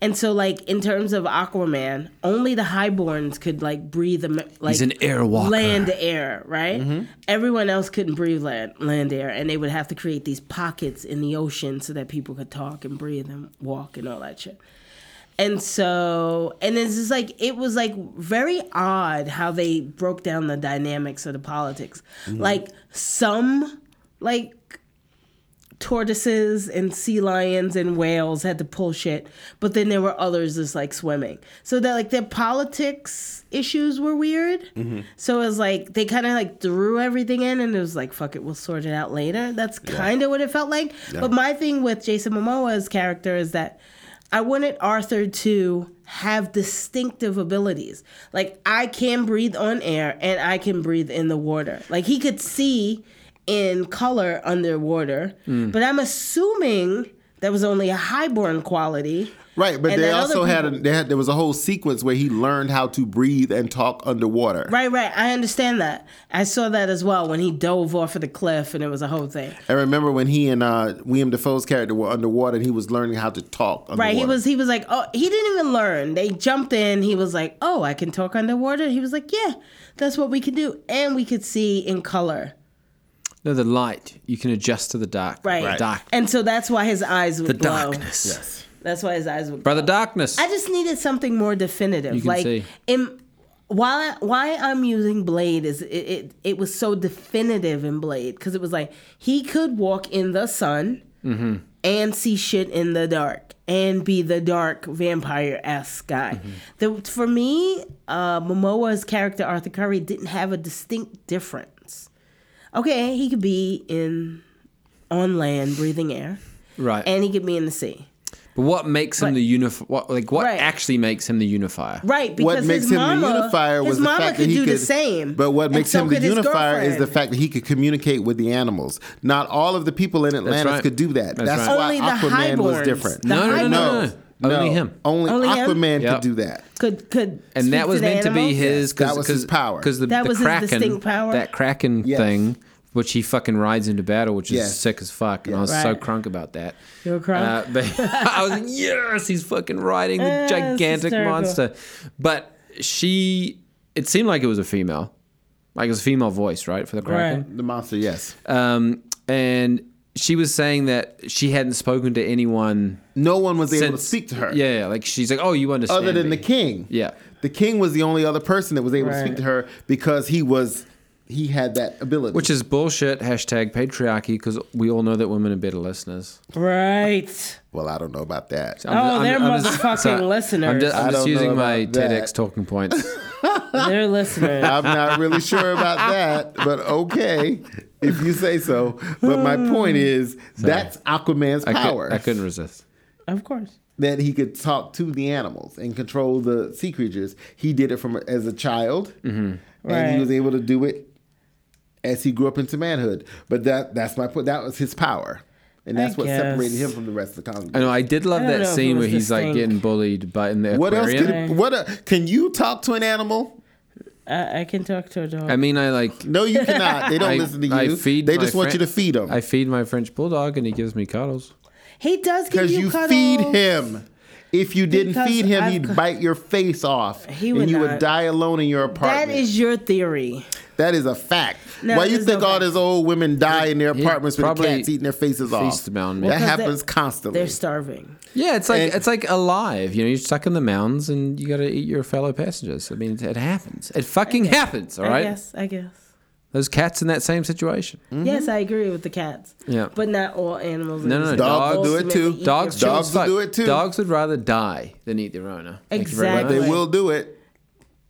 S1: And so, like in terms of Aquaman, only the Highborns could like breathe. am- Like
S3: an airwalker.
S1: land air, right? Everyone else couldn't breathe land land air, and they would have to create these pockets in the ocean so that people could talk and breathe and walk and all that shit. And so, and it's just like it was like very odd how they broke down the dynamics of the politics. Like some, like tortoises and sea lions and whales had to pull shit, but then there were others just like swimming. So that like their politics issues were weird. So it was like they kind of like threw everything in and it was like fuck it, we'll sort it out later. That's kind of what it felt like. But my thing with Jason Momoa's character is that I wanted Arthur to have distinctive abilities. Like I can breathe on air and I can breathe in the water. Like he could see in color underwater, but I'm assuming that was only a highborn quality.
S2: Right, but
S1: And
S2: they
S1: then other
S2: also had, a,
S1: people-
S2: they had there was a whole sequence where he learned how to breathe and talk underwater.
S1: Right, right. I understand that. I saw that as well when he dove off of the cliff and it was a whole thing.
S2: I remember when he and uh, William Defoe's character were underwater and he was learning how to talk. Underwater.
S1: Right, he was he was like, oh, he didn't even learn. They jumped in. He was like, oh, I can talk underwater. He was like, yeah, that's what we can do, and we could see in color.
S3: No, the light. You can adjust to the dark.
S1: Right.
S3: The dark.
S1: And so that's why his eyes would
S3: The
S1: glow.
S3: darkness.
S2: Yes.
S1: That's why his eyes would.
S3: Brother Darkness.
S1: I just needed something more definitive.
S3: You can
S1: like
S3: see.
S1: in why why I'm using Blade is it it, it was so definitive in Blade because it was like he could walk in the sun
S3: Mm-hmm.
S1: and see shit in the dark and be the dark vampire esque guy.
S3: Mm-hmm.
S1: The, for me, uh, Momoa's character Arthur Curry didn't have a distinct difference. Okay, he could be in on land breathing air,
S3: right.
S1: and he could be in the sea.
S3: but what makes him the unif? What like what
S1: Right.
S3: actually makes him the unifier?
S1: Right, because
S2: What makes
S1: his
S2: him
S1: mama,
S2: the unifier was
S1: his
S2: the
S1: mama
S2: fact
S1: could
S2: that he
S1: do
S2: could.
S1: the same.
S2: But what
S1: and
S2: makes
S1: so
S2: him the
S1: could his
S2: unifier is the
S1: girlfriend.
S2: fact that he could communicate with the animals. Not all of the people in Atlantis
S3: right.
S2: could do that.
S3: That's
S2: That's,
S3: right.
S2: why
S1: Only the
S2: Aquaman was
S1: Highborns.
S2: different.
S1: The
S3: No, no, no, no,
S1: Highborns
S3: no, no. Only him.
S2: Only,
S1: Only him?
S2: Aquaman
S3: Yep.
S2: could do that.
S1: could could
S3: and
S1: speak
S3: that was
S1: to the
S3: meant to be
S1: animals?
S3: his.
S2: That was his power.
S3: Because the,
S1: That
S3: the
S1: was his
S3: kraken,
S1: distinct power.
S3: that kraken
S2: Yes.
S3: thing, which he fucking rides into battle, which is
S2: Yes.
S3: sick as fuck. And I was so
S1: Right.
S3: crunk about that.
S1: You were crunk?
S3: Uh, but I was like, yes, he's fucking riding the
S1: Yeah, it's
S3: gigantic
S1: hysterical.
S3: monster. But she, it seemed like it was a female, like it was a female voice, right, for the kraken.
S1: Right.
S2: The monster, yes.
S3: Um, and she was saying that she hadn't spoken to anyone
S2: No one was able to
S3: since-
S2: speak to her.
S3: Yeah, like she's like, oh, you understand.
S2: Other than
S3: me."
S2: the king.
S3: Yeah.
S2: The king was the only other person that was able to
S1: Right.
S2: speak to her because he was he had that ability.
S3: Which is bullshit. Hashtag patriarchy because we all know that women are better listeners.
S1: Right.
S2: well, I don't know about that.
S3: Oh, I'm
S1: Oh, they're motherfucking
S3: sorry. I'm
S1: listeners.
S3: just, I'm
S2: I
S3: just
S2: don't know
S3: using my
S2: about that.
S3: TEDx talking points.
S1: They're listeners.
S2: I'm not really sure about that, but okay, if you say so. But my point is that's Aquaman's
S3: I,
S2: power
S3: could, I couldn't resist.
S1: of course.
S2: that he could talk to the animals and control the sea creatures. He did it from as a child, and
S3: Mm-hmm.
S1: Right.
S2: he was able to do it as he grew up into manhood. But that that's my point. That was his power, and that's what
S1: guess.
S2: separated him from the rest of the congregation.
S3: I know. I did
S1: I
S3: love
S1: don't
S3: that
S1: know if it
S3: scene where
S1: was
S3: he's like
S1: distinct.
S3: getting bullied by in the
S2: What else?
S3: aquarium.
S2: Can, what uh, can you talk to an animal?
S1: I, I can talk to a dog.
S3: I mean, I like.
S2: No, you cannot. They don't
S3: I,
S2: listen to you.
S3: I feed
S2: they
S3: my
S2: just want
S3: Fren-
S2: you to feed them
S3: I feed my French bulldog and he gives me cuddles.
S1: he does give
S2: because
S1: you,
S2: you,
S1: cuddles.
S2: feed him. If you didn't
S1: Because
S2: feed him,
S1: I've
S2: he'd
S1: cu-
S2: bite your face off,
S1: He
S2: and
S1: would
S2: you would
S1: not.
S2: die alone in your
S1: That
S2: apartment.
S1: is your theory.
S2: That is a fact.
S1: No,
S2: Why you
S1: there's
S2: think
S1: no
S2: all
S1: fact.
S2: these old women die in their
S3: He
S2: apartments with the
S3: probably
S2: cats eating their faces off?
S3: feasted on me.
S2: That
S1: Because
S2: happens
S1: they-
S2: constantly.
S1: They're starving.
S3: Yeah, it's like
S2: And-
S3: it's like alive. You know, you're stuck in the mounds and you got to eat your fellow passengers. I mean, it, it happens. It fucking happens. All
S1: I
S3: right.
S1: guess. I guess.
S3: Those cats in that same situation.
S2: Mm-hmm.
S1: Yes, I agree with the cats.
S3: Yeah.
S1: But not all animals. are
S3: No, no,
S1: the
S3: no,
S1: same.
S3: dogs
S2: do it too.
S1: Ultimately, eat
S3: Dogs,
S1: your-
S3: chill
S2: Dogs
S3: as
S2: will
S3: fuck.
S2: do it too.
S3: Dogs would rather die than eat their owner. Thank you very
S1: Exactly.
S3: much.
S2: they
S1: Right.
S2: will do it.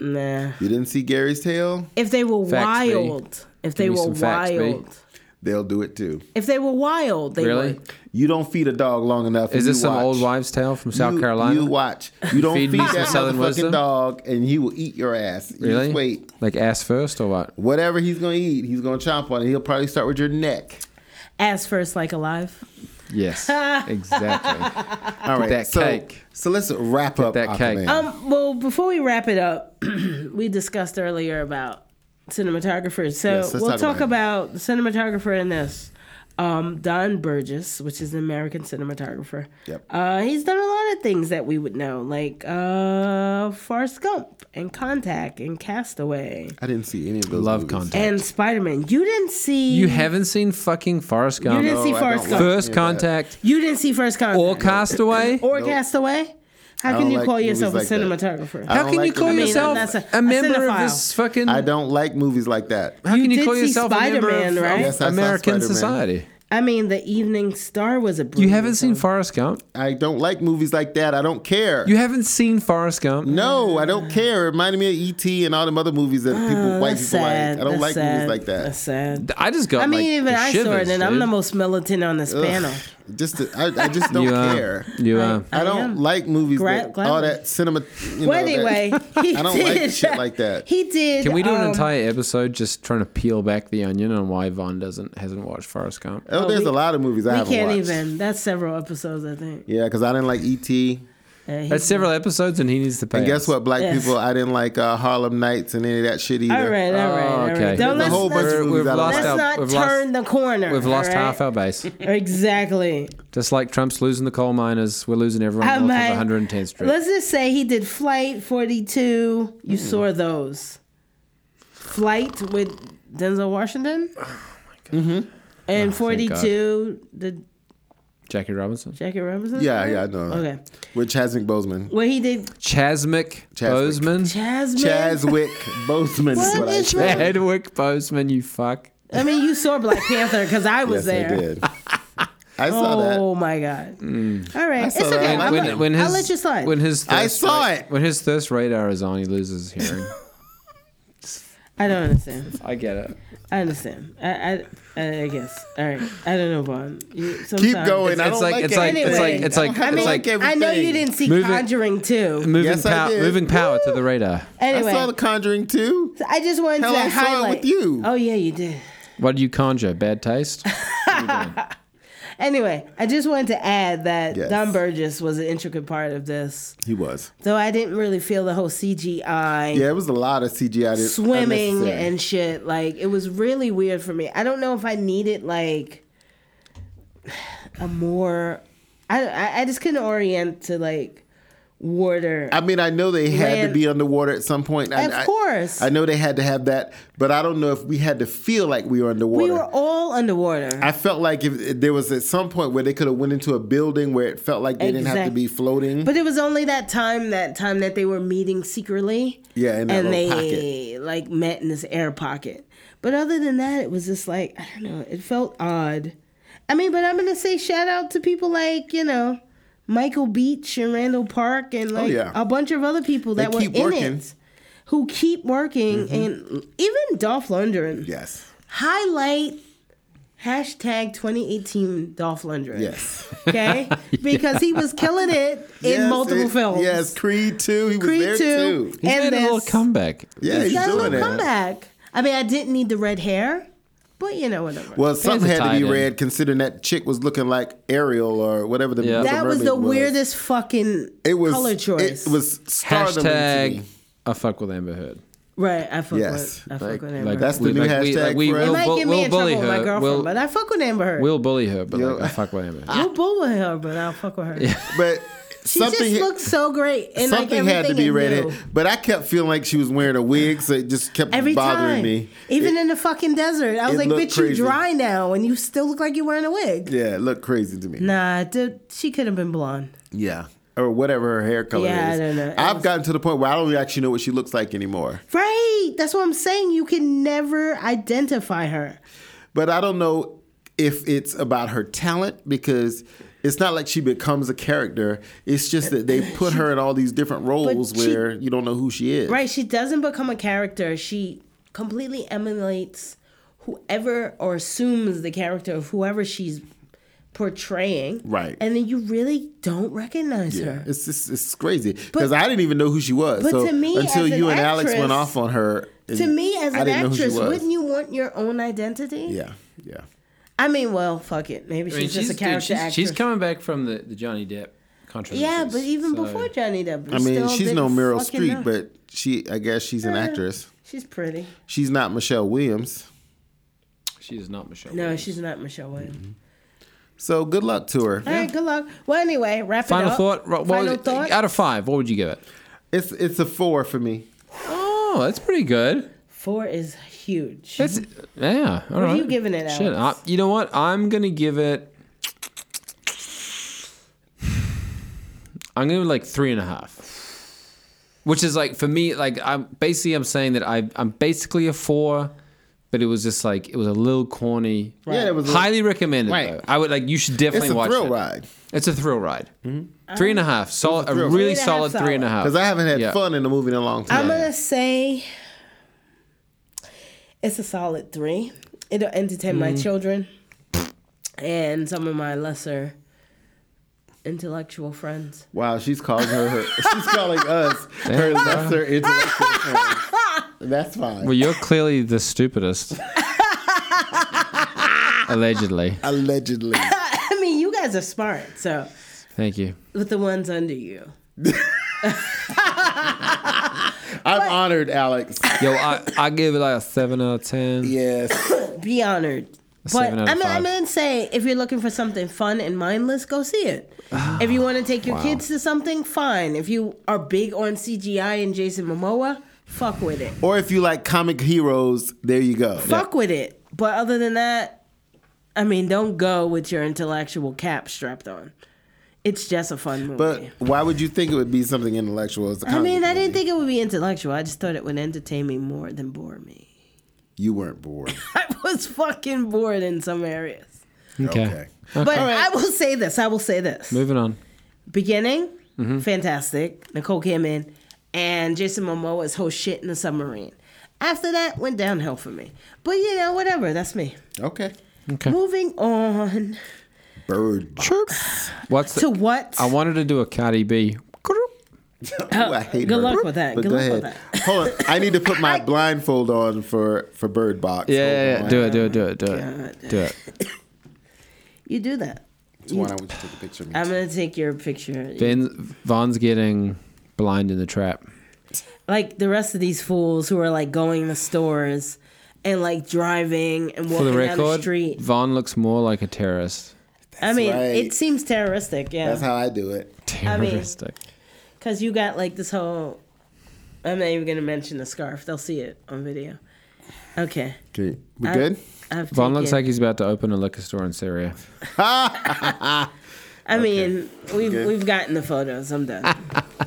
S1: Nah.
S2: You didn't see Gary's tail?
S1: If they were
S3: Facts, B.
S1: wild. If they
S3: me
S1: were
S3: some facts, B.
S1: wild.
S2: They'll do it too.
S1: If they were wild, they
S3: Really?
S1: would.
S2: You don't feed a dog long enough.
S3: Is
S2: and
S3: this
S2: you
S3: some
S2: watch.
S3: old wives' tale from South
S2: You-
S3: Carolina?
S2: You watch. You don't
S3: Feed
S2: feed,
S3: me some
S2: that
S3: Southern
S2: motherfucking
S3: wisdom?
S2: dog, and he will eat your ass. You
S3: really?
S2: Just wait.
S3: Like ass first or what?
S2: Whatever he's gonna eat, he's gonna chomp on it. He'll probably start with your neck.
S1: Ass first, like alive.
S3: Yes. exactly.
S2: All right.
S3: that
S2: so,
S3: cake.
S2: So let's wrap up
S3: that cake.
S2: Aquaman.
S1: Um, well, before we wrap it up, we discussed earlier about cinematographers. So
S2: Yes, let's
S1: we'll
S2: talk
S1: talk, about, the cinematographer in this. Um, Don Burgess, which is an American cinematographer.
S2: Yep.
S1: Uh, he's done a lot of things that we would know, like uh, Forrest Gump and Contact and Castaway
S2: I didn't see any of those.
S3: Love
S2: movies.
S3: Contact.
S1: and Spider Man. You didn't see.
S3: You haven't seen fucking Forrest Gump.
S1: didn't see
S2: Oh, I
S1: Forrest
S2: don't
S1: Gump.
S2: like
S3: First
S2: any of that.
S3: Contact
S1: You didn't see First Contact
S3: or Castaway.
S1: or
S2: Nope.
S1: Castaway. How
S2: I
S1: can
S2: don't
S1: you
S2: like
S1: call
S2: movies
S1: yourself
S2: like
S1: a
S2: that.
S1: cinematographer?
S2: I
S3: How
S2: don't
S3: can you
S2: like
S3: call
S2: them. I mean,
S3: yourself
S1: that's a-
S3: a,
S1: a
S3: member of
S1: cinephile.
S3: this fucking?
S2: I don't like movies like that.
S3: how
S1: You
S3: can you
S1: did
S3: call
S1: see
S3: yourself a member of,
S1: Spider-Man,
S3: of
S1: right?
S2: Yes, I saw
S3: American
S2: Spider-Man.
S3: society?
S1: I mean, The Evening Star was a.
S3: You
S1: brilliant
S3: haven't seen
S1: film.
S3: Forrest Gump.
S2: I don't like movies like that. I don't care.
S3: You haven't seen Forrest Gump.
S2: no, I don't care. It reminded me of E.T. and all them other movies that people, white people
S1: sad.
S2: like. I don't
S1: Ah, That's
S2: like
S1: sad.
S2: movies like that.
S1: That's sad.
S3: I just got.
S1: I mean,
S3: like,
S1: even
S3: the
S1: I
S3: shivers,
S1: saw it, and I'm
S3: dude.
S1: the most militant on this panel.
S2: Just, to- I, I just don't
S3: You uh, are.
S2: care.
S3: You are.
S2: I don't
S1: am.
S2: like movies
S1: Gra-
S2: that
S1: gladly.
S2: all that cinema. You
S1: Well,
S2: know, that-
S1: anyway, he
S2: I don't
S1: did,
S2: like shit like that.
S1: He did.
S3: Can we do an
S1: um,
S3: entire episode just trying to peel back the onion on why Vaughn doesn't hasn't watched Forrest Gump?
S2: Oh, there's
S1: we-
S2: a lot of movies I
S1: We
S2: haven't
S1: can't
S2: watched.
S1: even. That's several episodes, I think.
S2: Yeah, because I didn't like E E.T.
S1: Uh, he-
S3: That's several episodes, and he needs to pay.
S2: And guess
S3: us.
S2: what, black
S1: Yes.
S2: people, I didn't like uh, Harlem Nights and any of that shit either.
S1: All right, all right, all right.
S3: Oh, okay.
S1: Don't
S2: There's
S1: let's,
S2: a whole bunch
S1: let's,
S2: of
S3: We're-
S2: movies
S3: we've
S2: I don't
S3: lost
S1: let's
S2: like.
S3: out.
S1: not
S3: We've lost-
S1: turn the corner.
S3: We've lost
S1: all right?
S3: half our base,
S1: Exactly.
S3: just like Trump's losing the coal miners. We're losing everyone
S1: I
S3: north
S1: might-
S3: of 110th Street.
S1: Let's just say he did Flight 42. You saw those. Flight with Denzel Washington. Oh my god.
S2: Mm-hmm.
S1: And
S3: thank God.
S1: 42, the
S3: Jackie Robinson,
S1: Jackie Robinson.
S2: Yeah, yeah, I know.
S1: Okay.
S2: With Chadwick Boseman.
S1: Well, he did
S3: Chasmic
S2: Chasmic.
S3: Boseman,
S1: Jasmine.
S2: Chadwick Boseman. is
S1: What
S2: what I
S1: is
S2: said.
S1: wrong?
S3: Chadwick Boseman. You fuck.
S1: I mean, you saw Black Panther because I was
S2: Yes, I
S1: there.
S2: did. I saw that.
S1: Oh my god! All right, it's
S2: saw that.
S1: okay.
S2: And
S1: I'm
S2: when-
S1: not-
S3: his,
S1: I'll let you slide.
S3: When his thirst
S2: I saw
S3: ra-
S2: it.
S3: When his thirst radar is on, he loses his hearing.
S1: I don't understand.
S3: I get it.
S1: I understand. I, I, I guess. All right. I don't know, Vaughn. You-
S2: Keep
S1: sometimes-
S2: going. I
S3: It's
S2: don't
S3: like-
S2: like
S3: it's like-
S2: everything.
S1: it's like-
S3: it's like-
S2: I don't
S3: it's
S2: like
S3: like-
S1: I know you
S2: everything.
S1: didn't see
S3: Moving-
S1: Conjuring too.
S3: Moving,
S2: Yes, I
S3: pow-
S2: did.
S3: moving power to the radar.
S1: Anyway,
S2: I saw The Conjuring too.
S1: I just wanted
S2: Hell,
S1: to
S2: I saw it
S1: highlight
S2: with you.
S1: Oh yeah, you did.
S3: What do you conjure? Bad taste.
S1: Anyway, I just wanted to add that
S2: Yes.
S1: Don Burgess was an intricate part of this,
S2: He was.
S1: though I didn't really feel the whole CGI.
S2: Yeah, it was a lot of CGI. that-
S1: swimming
S2: unnecessary.
S1: and shit. Like it was really weird for me. I don't know if I needed like a more. I I- I just couldn't orient to like water.
S2: I mean, I know they had
S1: Land-
S2: to be underwater at some point. I-
S1: of
S2: I-
S1: course,
S2: I, know they had to have that, but I don't know if we had to feel like we were underwater.
S1: we were all underwater.
S2: I felt like if, if there was at some point where they could have went into a building where it felt like they didn't have to
S1: Exactly.
S2: be floating.
S1: but it was only that time, that time that they were meeting secretly,
S2: yeah, in that
S1: and
S2: little
S1: they
S2: pocket.
S1: like met in this air pocket. But other than that, it was just like I don't know. It felt odd. I mean, but I'm gonna say shout out to people like you know Michael Beach and Randall Park and like
S2: Oh, yeah.
S1: a bunch of other people that were
S2: keep
S1: in
S2: working. Mm-hmm.
S1: it who keep working and even Dolph Lundgren
S2: Yes.
S1: highlight hashtag 2018 Dolph Lundgren.
S2: Yes.
S1: Okay, because he was killing it in
S2: Yes,
S1: multiple
S2: it-
S1: films.
S2: Yes, Creed 2. He
S1: Creed
S2: was there
S1: 2.
S2: too.
S3: He's
S1: And
S3: made a little
S1: this-
S3: comeback.
S2: Yeah, he's
S1: got a
S2: doing
S1: little
S2: it.
S1: comeback. I mean, I didn't need the red hair, but you know, whatever.
S2: Well, something
S3: a
S2: had to be
S3: tie-in.
S2: read considering that chick was looking like Ariel or whatever the
S3: Yeah.
S2: little
S1: that was
S2: mermaid
S1: the weirdest fucking
S2: It was
S1: color choice.
S2: It was startling to
S3: Hashtag.
S2: me.
S3: I fuck with Amber Heard.
S1: right. I fuck
S2: Yes.
S1: with. I fuck
S3: Like,
S1: with Amber.
S3: like,
S2: That's the
S3: we-
S2: new
S3: like, we-
S2: hashtag
S3: like, we
S2: for
S3: will
S2: us.
S1: it might
S3: bu-
S1: get me
S3: we'll
S1: in
S3: bully
S1: trouble with my
S3: her.
S1: girlfriend, but
S3: We'll,
S1: I fuck with Amber Heard.
S3: we'll bully her, but like,
S2: Yo.
S3: I fuck with Amber. Heard.
S1: You'll bull with her, but I'll fuck with her.
S2: But
S1: She
S2: something
S1: just looks so great, and like
S2: something
S1: everything
S2: had to be
S1: is
S2: redhead.
S1: new.
S2: But I kept feeling like she was wearing a wig, so it just kept
S1: Every
S2: bothering
S1: time,
S2: me.
S1: even
S2: it,
S1: in the fucking desert, I was
S2: it
S1: like,
S2: looked
S1: "Bitch, you
S2: crazy.
S1: dry now, and you still look like you're wearing a wig."
S2: yeah, it looked crazy to me.
S1: Nah, dude, she could have been blonde.
S2: Yeah. Or whatever her hair color
S1: Yeah, I
S2: is.
S1: don't know. It
S2: I've
S1: was-
S2: gotten to the point where I don't actually know what she looks like anymore.
S1: Right? That's what I'm saying. You can never identify her.
S2: But I don't know if it's about her talent because it's not like she becomes a character. It's just that they put her in all these different roles
S1: she-
S2: where you don't know who she is.
S1: Right, she doesn't become a character. She completely emulates whoever or assumes the character of whoever she's portraying.
S2: Right.
S1: And then you really don't recognize
S2: Yeah,
S1: her.
S2: it's just, it's crazy because I didn't even know who she was.
S1: but
S2: so
S1: to me,
S2: until
S1: as an
S2: you and Alex
S1: actress-
S2: went off on her,
S1: To me, as
S2: I
S1: an
S2: didn't know who she
S1: actress,
S2: was.
S1: wouldn't you want your own identity?
S2: yeah, yeah,
S1: I mean, well, fuck it. Maybe she's,
S3: I mean,
S1: just a
S3: dude,
S1: character
S3: she's,
S1: actress.
S3: she's coming back from the, the Johnny Depp controversy.
S1: yeah, but even before Johnny Depp, we
S2: I mean,
S1: still
S2: she's
S1: didn't
S2: no Meryl
S1: fucking
S2: Streep,
S1: know.
S2: but she, I guess, she's an
S1: Eh.
S2: actress.
S1: she's pretty.
S2: She's not Michelle Williams.
S3: she is not Michelle.
S1: No,
S3: Williams.
S1: she's not Michelle Williams.
S2: So good luck to her.
S1: All right, good luck. Well, anyway, wrap
S3: Final
S1: it up.
S3: thought. Ro- What
S1: Final
S3: was it?
S1: thought.
S3: Out of five, what would you give it?
S2: It's it's a four for me.
S3: Oh, that's pretty good.
S1: Four is huge.
S3: That's yeah. All right.
S1: are you giving it,
S3: Shit. I,
S1: Alex?
S3: you know what? I'm gonna give it. I'm gonna give it like three and a half, which is like for me, like I'm basically I'm saying that I I'm basically a four, but it was just like it was a little corny.
S2: Yeah, it was a-
S3: Highly recommended.
S2: Right.
S3: Though. I would like you should definitely
S2: It's a
S3: watch
S2: thrill
S3: it.
S2: ride
S3: It's a thrill ride. Three and a half. Solid. A,
S2: thrill ride.
S1: Three
S3: really
S1: and Mm-hmm. a half
S3: solid three and a
S1: solid.
S3: half.
S2: because I haven't had
S3: Yeah.
S2: fun in a movie in a long
S1: I'm
S2: time.
S1: gonna say it's a solid three. It'll entertain my
S3: Mm.
S1: children and some of my lesser intellectual friends.
S2: wow, she's calling her. her she's calling us her lesser intellectual. friends. That's fine.
S3: Well, you're clearly the stupidest. Allegedly.
S2: Allegedly,
S1: I mean, you guys are smart, so
S3: Thank you.
S1: with the ones under you.
S2: I'm honored, Alex.
S3: Yo, I, I give it like a 7 out of 10.
S2: Yes,
S1: Be honored. But
S3: seven out of
S1: I mean, I
S3: five.
S1: mean, say if you're looking for something fun and mindless, go see it. if you want to take your kids to something, fine. If you are big on CGI and Jason Momoa, fuck with it.
S2: or if you like comic heroes, there you go.
S1: fuck with it. But other than that, I mean, don't go with your intellectual cap strapped on. It's just a fun movie.
S2: But why would you think it would be something intellectual? As a
S1: I mean, I
S2: comic
S1: didn't
S2: movie?
S1: think it would be intellectual. I just thought it would entertain me more than bore me.
S2: you weren't bored.
S1: I was fucking bored in some areas.
S3: Okay.
S2: Okay.
S1: But I will say this. I will say this.
S3: Moving on.
S1: Beginning,
S3: Mm-hmm.
S1: fantastic. Nicole Kidman and Jason Momoa's whole shit in the submarine. After that, went downhill for me. But you know, whatever. That's me.
S2: Okay.
S3: Okay.
S1: Moving on
S2: Bird.
S3: What's the,
S1: to what?
S3: I wanted to do a Cardi B.
S2: Ooh, I hate
S1: good
S2: her.
S1: luck with that.
S2: But
S1: Good
S2: go
S1: luck with
S2: ahead. Hold on. I need to put my blindfold on for for Bird Box. Hold
S3: Yeah, yeah,
S2: on.
S3: yeah. Do it, do it, do it, do it.
S1: God.
S3: Do it.
S1: You do that.
S2: That's one I want you to take a picture of me.
S1: I'm gonna take your picture.
S3: Ben, Vaughn's getting blind in the trap.
S1: Like the rest of these fools who are like going to stores and like driving and
S3: For
S1: walking
S3: the
S1: down the
S3: record,
S1: street.
S3: Vaughn looks more like a terrorist.
S1: I mean,
S2: right.
S1: it seems terroristic,
S2: That's
S1: yeah.
S2: how I do it.
S1: mean-
S3: Terroristic.
S1: Because you got like this whole. I'm not even gonna mention the scarf. They'll see it on video. Okay.
S2: Okay. We
S1: I-
S2: good?
S1: I've
S3: Vaughn looks like
S1: taken-
S3: he's about to open a liquor store in Syria.
S1: I mean, we've
S2: Okay.
S1: we've gotten the photos. I'm done.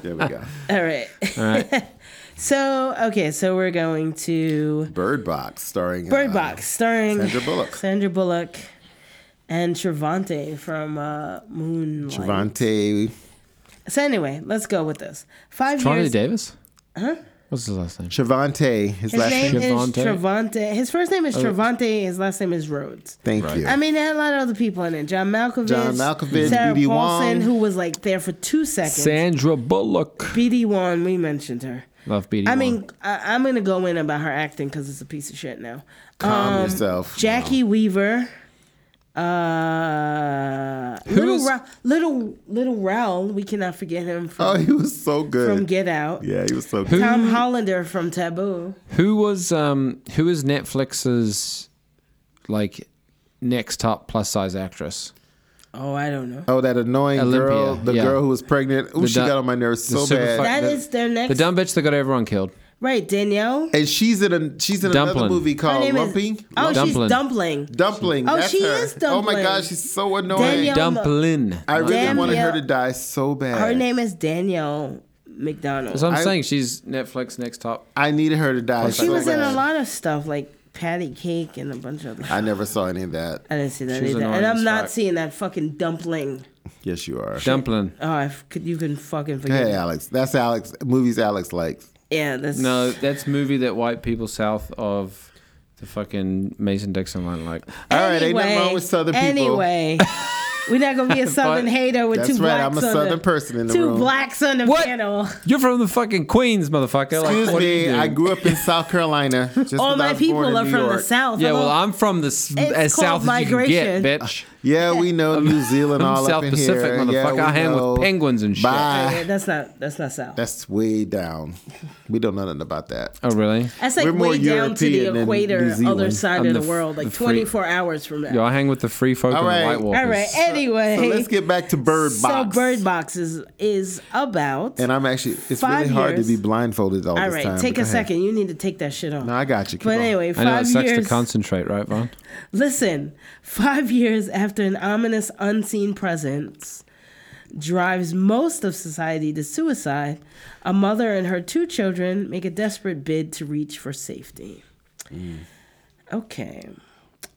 S2: There we go.
S1: All right.
S3: All right.
S1: So okay, so we're going to
S2: Bird Box starring
S1: Bird
S2: uh,
S1: Box, starring
S2: Sandra Bullock.
S1: Sandra Bullock and Trevante from uh, Moonlight.
S2: Devante.
S1: So anyway, let's go with this. Five
S3: Charlie
S1: years.
S3: Davis? Huh? What's his last name?
S2: Chavante. His,
S1: His
S2: last
S1: name
S2: name.
S1: is
S3: Trevante? Oh.
S1: Trevante. His first name is Trevante. His last name is Rhodes.
S2: Thank you.
S1: I mean, they had a lot of other people in it. John Malkovich,
S2: John Malkovich,
S1: Sarah
S2: B.D.
S1: Paulson,
S2: Wong.
S1: who was like there for two seconds.
S3: Sandra Bullock.
S1: BD Wong, we mentioned her.
S3: Love BD.
S1: I
S3: Wong.
S1: mean, I, I'm gonna go in about her acting because it's a piece of shit now. um,
S2: Calm yourself.
S1: Jackie Weaver. Uh, little,
S3: is-
S1: Ra- little little Raoul, we cannot forget him
S2: Oh,
S1: from,
S2: he was so good.
S1: from Get Out.
S2: yeah, he was so good.
S1: Tom Hollander from Taboo.
S3: Who was um who is Netflix's like next top plus size actress?
S1: Oh, I don't know.
S2: Oh, that annoying girl,
S3: Olympia,
S2: the
S3: yeah.
S2: girl who was pregnant. Oh,
S3: The
S2: she
S3: du-
S2: got on my nerves
S3: the
S2: so
S3: super
S2: bad.
S3: fuck-
S1: That
S3: the-
S1: is their
S3: The
S1: next
S3: dumb bitch that got everyone killed.
S1: right. Danielle.
S2: and she's in a she's in
S3: Dumpling.
S2: another movie
S1: Her
S2: called
S1: name
S2: Lumpy.
S1: is. Oh,
S3: Dumpling.
S1: she's Dumpling.
S2: Dumpling.
S1: Oh,
S2: that's
S1: she
S2: her.
S1: is
S2: Oh my
S1: Dumpling.
S2: gosh, she's so annoying.
S1: Danielle- Dumb-
S3: Dumplin.
S2: I really
S1: Danielle-
S2: wanted her to die so bad.
S1: Her name is Danielle McDonald.
S3: So I'm
S2: I-
S3: saying she's Netflix next top.
S2: I needed her to die.
S1: She
S2: so
S1: was in
S2: bad.
S1: a lot of stuff like Patty Cake and a bunch of.
S2: I never saw any of that.
S1: I didn't see that
S3: She was
S1: either,
S3: annoying
S1: and
S3: as
S1: I'm not
S3: fuck.
S1: seeing that fucking dumpling.
S2: Yes, you are.
S3: Dumplin.
S1: Oh, I f- could, you can fucking forget.
S2: Hey, Alex. That's Alex. Movies Alex likes.
S1: Yeah, that's
S3: No, that's movie that white people south of the fucking Mason Dixon line like.
S2: All right, ain't nothing wrong with Southern people.
S1: Anyway, we're not gonna be a Southern
S3: But-
S1: hater with
S2: That's
S1: two
S2: right,
S1: blacks.
S2: I'm a
S1: on
S2: Southern
S1: the,
S2: person in the
S1: two
S2: room.
S1: blacks on the
S3: What?
S1: panel.
S3: You're from the fucking Queens, motherfucker. Like,
S2: Excuse
S3: what do you
S2: me.
S3: do?
S2: I grew up in South Carolina. Just
S1: All
S2: when I
S1: my
S2: was born
S1: people
S2: in
S1: are
S2: New
S1: from the
S2: York.
S1: south.
S3: yeah,
S1: Hello?
S3: well, I'm from the s-
S1: It's
S3: as south
S1: called
S3: as you can get, bitch.
S2: Yeah, we know New Zealand all
S3: South
S2: up in
S3: Pacific,
S2: here. Yeah,
S3: motherfucker.
S2: we
S3: I hang
S2: know.
S3: with penguins and shit.
S2: Bye.
S1: Yeah, that's not that's not South.
S2: That's way down. We don't know nothing about that.
S3: Oh, really?
S1: That's like
S2: We're more
S1: way down to
S2: European
S1: the
S2: than New
S1: equator,
S2: Zealand.
S1: other side
S3: I'm
S1: of
S3: the
S1: the,
S3: f-
S1: world, like
S3: the free-
S1: 24 hours from now.
S3: Yo, I hang with the free folk
S2: All right.
S3: and the white walkers.
S1: All right. Anyway,
S2: So let's get back to Bird
S1: so
S2: Box.
S1: Bird Box is, is about.
S2: and I'm actually, it's
S1: Five
S2: really hard to
S1: years.
S2: be blindfolded all
S1: all
S2: this
S1: right,
S2: time.
S1: take
S2: Go
S1: a
S2: ahead.
S1: second. You need to take that shit off.
S2: No, I got you. Keep
S1: but
S2: on.
S1: anyway,
S3: I know it
S1: five
S3: sucks
S1: years.
S3: to concentrate, right, Vaughn?
S1: listen, five years after an ominous unseen presence drives most of society to suicide, a mother and her two children make a desperate bid to reach for safety.
S2: Mm.
S1: Okay.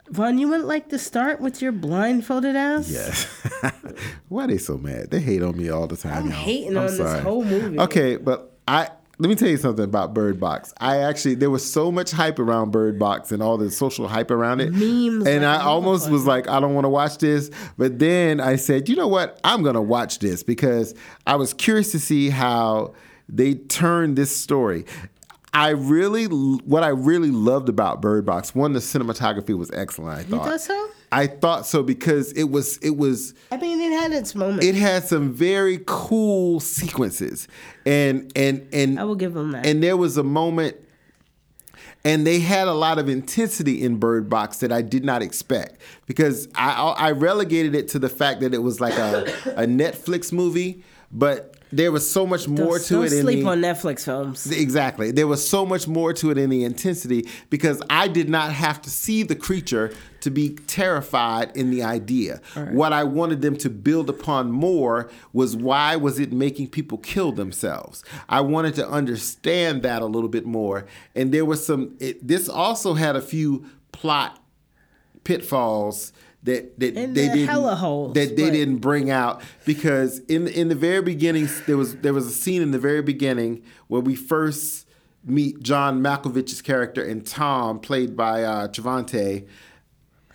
S1: Vaughn, you wouldn't like to start with your blindfolded ass?
S2: Yeah. Why they so mad? They hate on me all the time.
S1: I'm
S2: y'all.
S1: hating on this whole movie.
S2: Okay, but I let me tell you something about Bird Box. I actually there was so much hype around Bird Box and all the social hype around it.
S1: Memes
S2: And
S1: like
S2: I
S1: a
S2: almost
S1: motherfucker.
S2: was like, I don't want to watch this. But then I said, you know what? I'm gonna watch this because I was curious to see how they turned this story. I really, what I really loved about Bird Box, one, the cinematography was excellent. I thought.
S1: thought so?
S2: I thought so because it was, it was,
S1: I mean, it had its moment.
S2: it had some very cool sequences and and and
S1: I will give them that.
S2: and there was a moment and they had a lot of intensity in Bird Box that I did not expect because I I relegated it to the fact that it was like a, a Netflix movie, but there was so much
S1: Don't-
S2: more to
S1: don't
S2: it. in
S1: sleep
S2: the,
S1: on Netflix films.
S2: Exactly. There was so much more to it in the intensity because I did not have to see the creature to be terrified in the idea. What I wanted them to build upon more was why was it making people kill themselves? I wanted to understand that a little bit more. And there was some it, this also had a few plot pitfalls that that
S1: And
S2: they
S1: the
S2: didn't
S1: hella holes,
S2: that they
S1: but-
S2: didn't bring out because in in the very beginning there was there was a scene in the very beginning where we first meet John Malkovich's character and Tom played by uh, Trevante.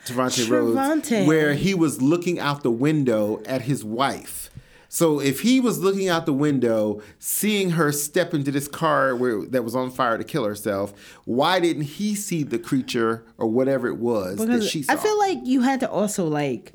S2: Trevante Rhodes,
S1: Trevante.
S2: where he was looking out the window at his wife. So if he was looking out the window, seeing her step into this car where that was on fire to kill herself, why didn't he see the creature or whatever it was that she saw?
S1: I feel like you had to also like,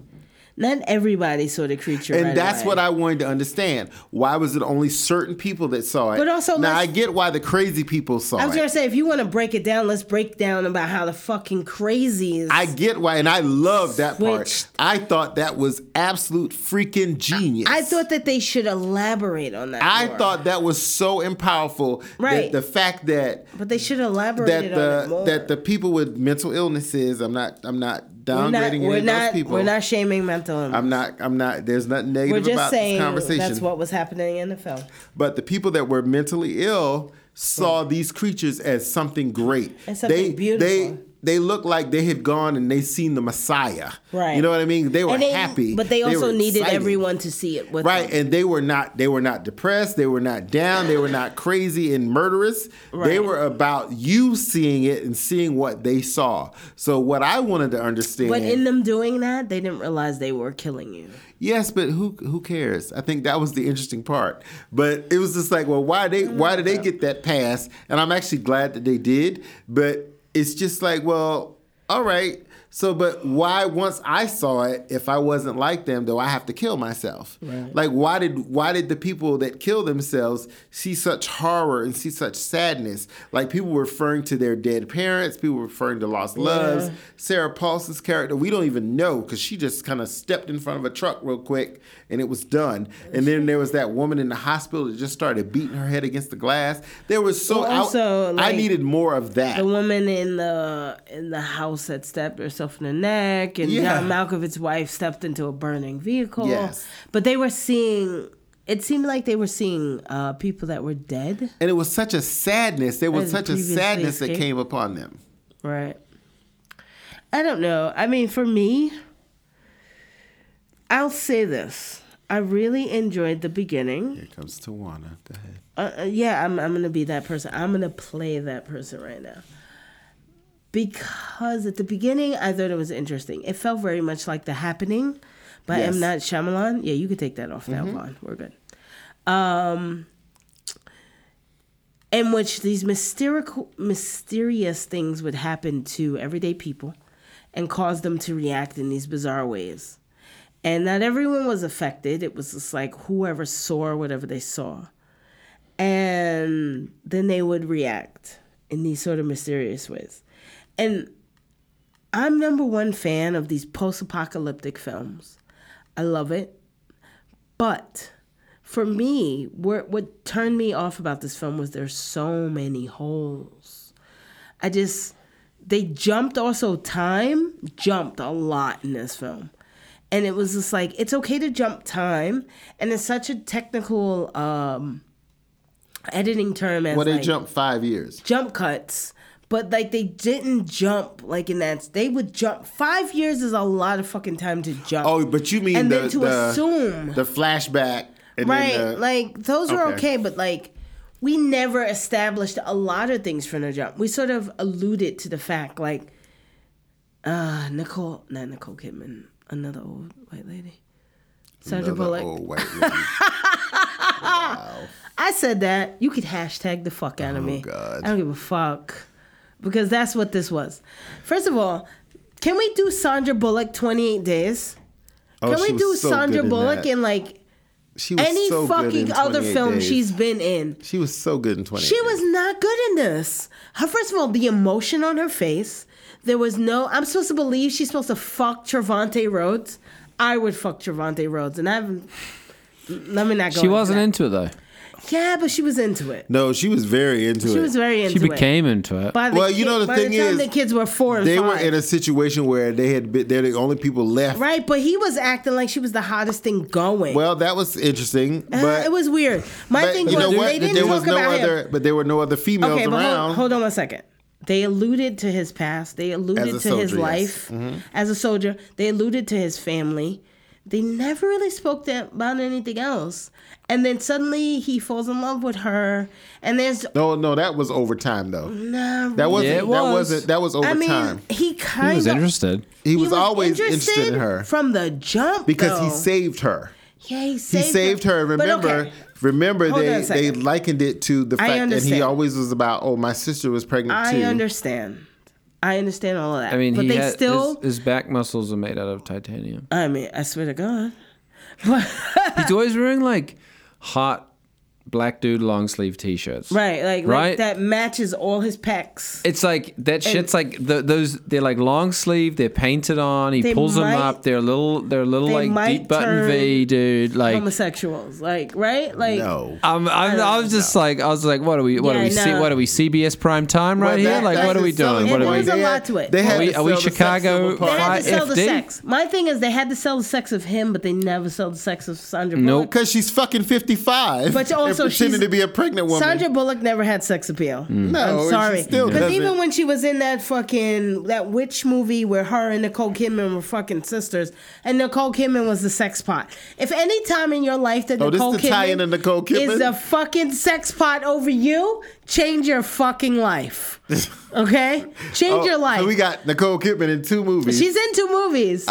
S1: not everybody saw the creature.
S2: and
S1: right
S2: that's
S1: away.
S2: what I wanted to understand. Why was it only certain people that saw it?
S1: But also,
S2: now
S1: let's-
S2: I get why the crazy people saw
S1: I was
S2: it.
S1: gonna say. If you want to break it down, let's break down about how the fucking crazy is.
S2: I get why, and I love that part.
S1: Switched.
S2: I thought that was absolute freaking genius.
S1: I thought that they should elaborate on that.
S2: I
S1: more.
S2: thought that was so empowerful. that
S1: Right.
S2: the fact that
S1: but they should
S2: that
S1: elaborate on it
S2: the
S1: more.
S2: that the people with mental illnesses. I'm not. I'm not
S1: we're
S2: downgrading
S1: not,
S2: any
S1: we're
S2: of
S1: not,
S2: those people.
S1: we're not shaming mental. illness.
S2: I'm not. I'm not. There's nothing
S1: we're
S2: negative
S1: just
S2: about
S1: saying
S2: this conversation.
S1: that's what was happening in the film.
S2: But the people that were mentally ill saw these creatures as something great.
S1: As something
S2: they,
S1: beautiful.
S2: They, they looked like they had gone and they seen the Messiah.
S1: Right.
S2: You know what I mean? They were
S1: And they,
S2: happy,
S1: but they also
S2: were
S1: needed
S2: excited.
S1: everyone to see it with
S2: Right,
S1: them.
S2: and they were not they were not depressed, they were not down, they were not crazy and murderous. They
S1: Right.
S2: were about you seeing it and seeing what they saw. So what I wanted to understand
S1: But in them doing that, they didn't realize they were killing you.
S2: Yes, but who who cares? I think that was the interesting part. But it was just like, well, why they why did
S1: Mm.
S2: they get that pass? And I'm actually glad that they did. But it's just like, well, all right. So, but why once I saw it, if I wasn't like them, do I have to kill myself? Like, why did why did the people that kill themselves see such horror and see such sadness? Like people were referring to their dead parents, people were referring to lost loves. Sarah Paulson's character, we don't even know because she just kind of stepped in front of a truck real quick and it was done. And then there was that woman in the hospital that just started beating her head against the glass. There was so
S1: Well,
S2: I-
S1: also,
S2: I,
S1: like,
S2: needed more of that.
S1: the woman in the in the house that stabbed herself in the neck, and
S2: Yeah.
S1: John Malkovich's wife stepped into a burning vehicle.
S2: Yes.
S1: But they were seeing. It seemed like they were seeing uh, people that were dead.
S2: and it was such a sadness. There was
S1: As
S2: such a
S1: previously
S2: sadness that
S1: escaped.
S2: came upon them.
S1: Right. I don't know. I mean, for me, I'll say this. I really enjoyed the beginning.
S2: Here comes Tawana. Go ahead.
S1: Uh, uh, yeah, I'm, I'm gonna be that person. I'm gonna play that person right now. Because at the beginning, I thought it was interesting. It felt very much like The Happening by
S2: Yes.
S1: M. Night Shyamalan. Yeah, you could take that off now, Vaughn. We're good. Um, in which these mysterical, mysterious things would happen to everyday people and cause them to react in these bizarre ways. And not everyone was affected. It was just like whoever saw whatever they saw. And then they would react in these sort of mysterious ways. And I'm number one fan of these post apocalyptic films. I love it. But for me, what, what turned me off about this film was there's so many holes. I just, they jumped also, time jumped a lot in this film. And it was just like, it's okay to jump time. And it's such a technical um, editing term as
S2: Well, they
S1: like,
S2: jumped five years.
S1: jump cuts, but like they didn't jump like in that. They would jump. Five years is a lot of fucking time to jump.
S2: Oh, but you mean
S1: And
S2: the,
S1: then to
S2: the-
S1: assume.
S2: the flashback, and
S1: right?
S2: Then the,
S1: like those were
S2: okay.
S1: okay, but like we never established a lot of things from the jump. We sort of alluded to the fact like uh Nicole, not Nicole Kidman, another old white lady. Sandra
S2: another
S1: Bullock.
S2: old white lady.
S1: I said that. You could hashtag the fuck out of me.
S2: Oh, God.
S1: I don't give a fuck. Because that's what this was. First of all, can we do Sandra Bullock 28 days?
S2: Oh,
S1: Can
S2: she
S1: we
S2: was
S1: do
S2: so
S1: Sandra
S2: good in
S1: Bullock
S2: that.
S1: in like
S2: She was
S1: any
S2: so good
S1: fucking
S2: in
S1: other
S2: 28
S1: film
S2: days.
S1: she's been in?
S2: She was so good in 20.
S1: She was not good in this. Her first of all, the emotion on her face. There was no. I'm supposed to believe she's supposed to fuck Trevante Rhodes. I would fuck Trevante Rhodes, and I haven't. Let me not go.
S3: She wasn't
S1: into
S3: into it though.
S1: that. Yeah, but she was into it.
S2: No, she was very into
S1: She
S2: it.
S1: was very into
S3: She
S1: it.
S3: became into it.
S1: By the
S2: Well, you know, the
S1: by
S2: thing
S1: the time
S2: is,
S1: the kids were four and
S2: they
S1: five.
S2: were in a situation where they had been, they're the only people left.
S1: right, but he was acting like she was the hottest thing going.
S2: Well, that was interesting,
S1: Uh,
S2: but
S1: it was weird. My
S2: but
S1: thing
S2: you
S1: was
S2: know what?
S1: they didn't
S2: there
S1: talk
S2: was no
S1: about
S2: other,
S1: him.
S2: but there were no other females
S1: Okay, but
S2: around.
S1: hold, hold on one second. They alluded to his past. They alluded to
S2: a
S1: his
S2: soldier, yes. Mm-hmm.
S1: life as a soldier. They alluded to his family. They never really spoke that, about anything else. And then suddenly he falls in love with her. And there's
S2: No, no, that was overtime though.
S1: no.
S2: That wasn't.
S3: Yeah, it
S2: That
S3: was.
S2: wasn't. That was
S1: I
S2: overtime.
S1: mean, he kind
S3: He was
S1: of
S3: interested.
S2: he, was, always interested, in her
S1: from the jump
S2: because he
S1: though.
S2: saved her.
S1: Yeah, he
S2: He
S1: saved,
S2: saved her.
S1: But
S2: Remember,
S1: okay.
S2: remember
S1: Hold on
S2: they
S1: a
S2: they
S1: second.
S2: likened it to the
S1: I
S2: fact that he
S1: understand.
S2: always was about. Oh, my sister was pregnant
S1: I
S2: too.
S1: understand. I understand all of that.
S3: I mean,
S1: but
S3: he
S1: they
S3: had,
S1: still.
S3: his, his back muscles are made out of titanium.
S1: I mean, I swear to God. But-
S3: He's always wearing like hot black dude long sleeve t-shirts.
S1: right, like,
S3: Right?
S1: like that matches all his pecs.
S3: It's like that shit's like th those. They're like long sleeve. They're painted on. He
S1: They
S3: pulls them
S1: might-
S3: up. They're little. They're little
S1: they
S3: like
S1: might
S3: deep button
S1: turn
S3: V, dude. Like
S1: Homosexuals, like right, like
S2: No.
S3: I'm, I'm, I was just like, I was like, what are we, what
S1: Yeah,
S3: are
S1: I
S3: we, C,
S1: know.
S3: what are we, CBS prime time right
S2: Well,
S3: here?
S2: that-
S3: Like,
S2: that's
S3: what are we
S2: his selling
S3: doing? What are
S1: point.
S3: we
S1: There was
S2: They
S3: doing?
S1: a
S2: had-
S1: lot to it.
S2: They had
S3: Are we-
S2: to
S3: are we
S2: sell the sex
S3: Chicago
S2: symbol
S1: They
S2: part.
S1: had to sell the
S3: 5FD?
S1: sex. My thing is, they had to sell the sex of him, but they never sold the sex of Sandra Bullock.
S3: Nope.
S2: Because she's fucking 55.
S1: But also
S2: and pretending
S1: she's-
S2: to be a pregnant woman.
S1: Sandra Bullock never had sex appeal.
S2: No,
S1: I'm
S2: she
S1: sorry.
S2: still
S1: Because
S2: doesn't.
S1: even when she was in that fucking that witch movie where her and Nicole Kidman were fucking sisters, and Nicole Kidman was the sex pot. If any time in your life that
S2: Oh, this
S1: Nicole
S2: the tie-in
S1: Kidman
S2: to Nicole Kidman?
S1: is the fucking sex pot over you, change your fucking life. Okay, change
S2: Oh,
S1: your life.
S2: So we got Nicole Kidman in two movies.
S1: She's in two movies.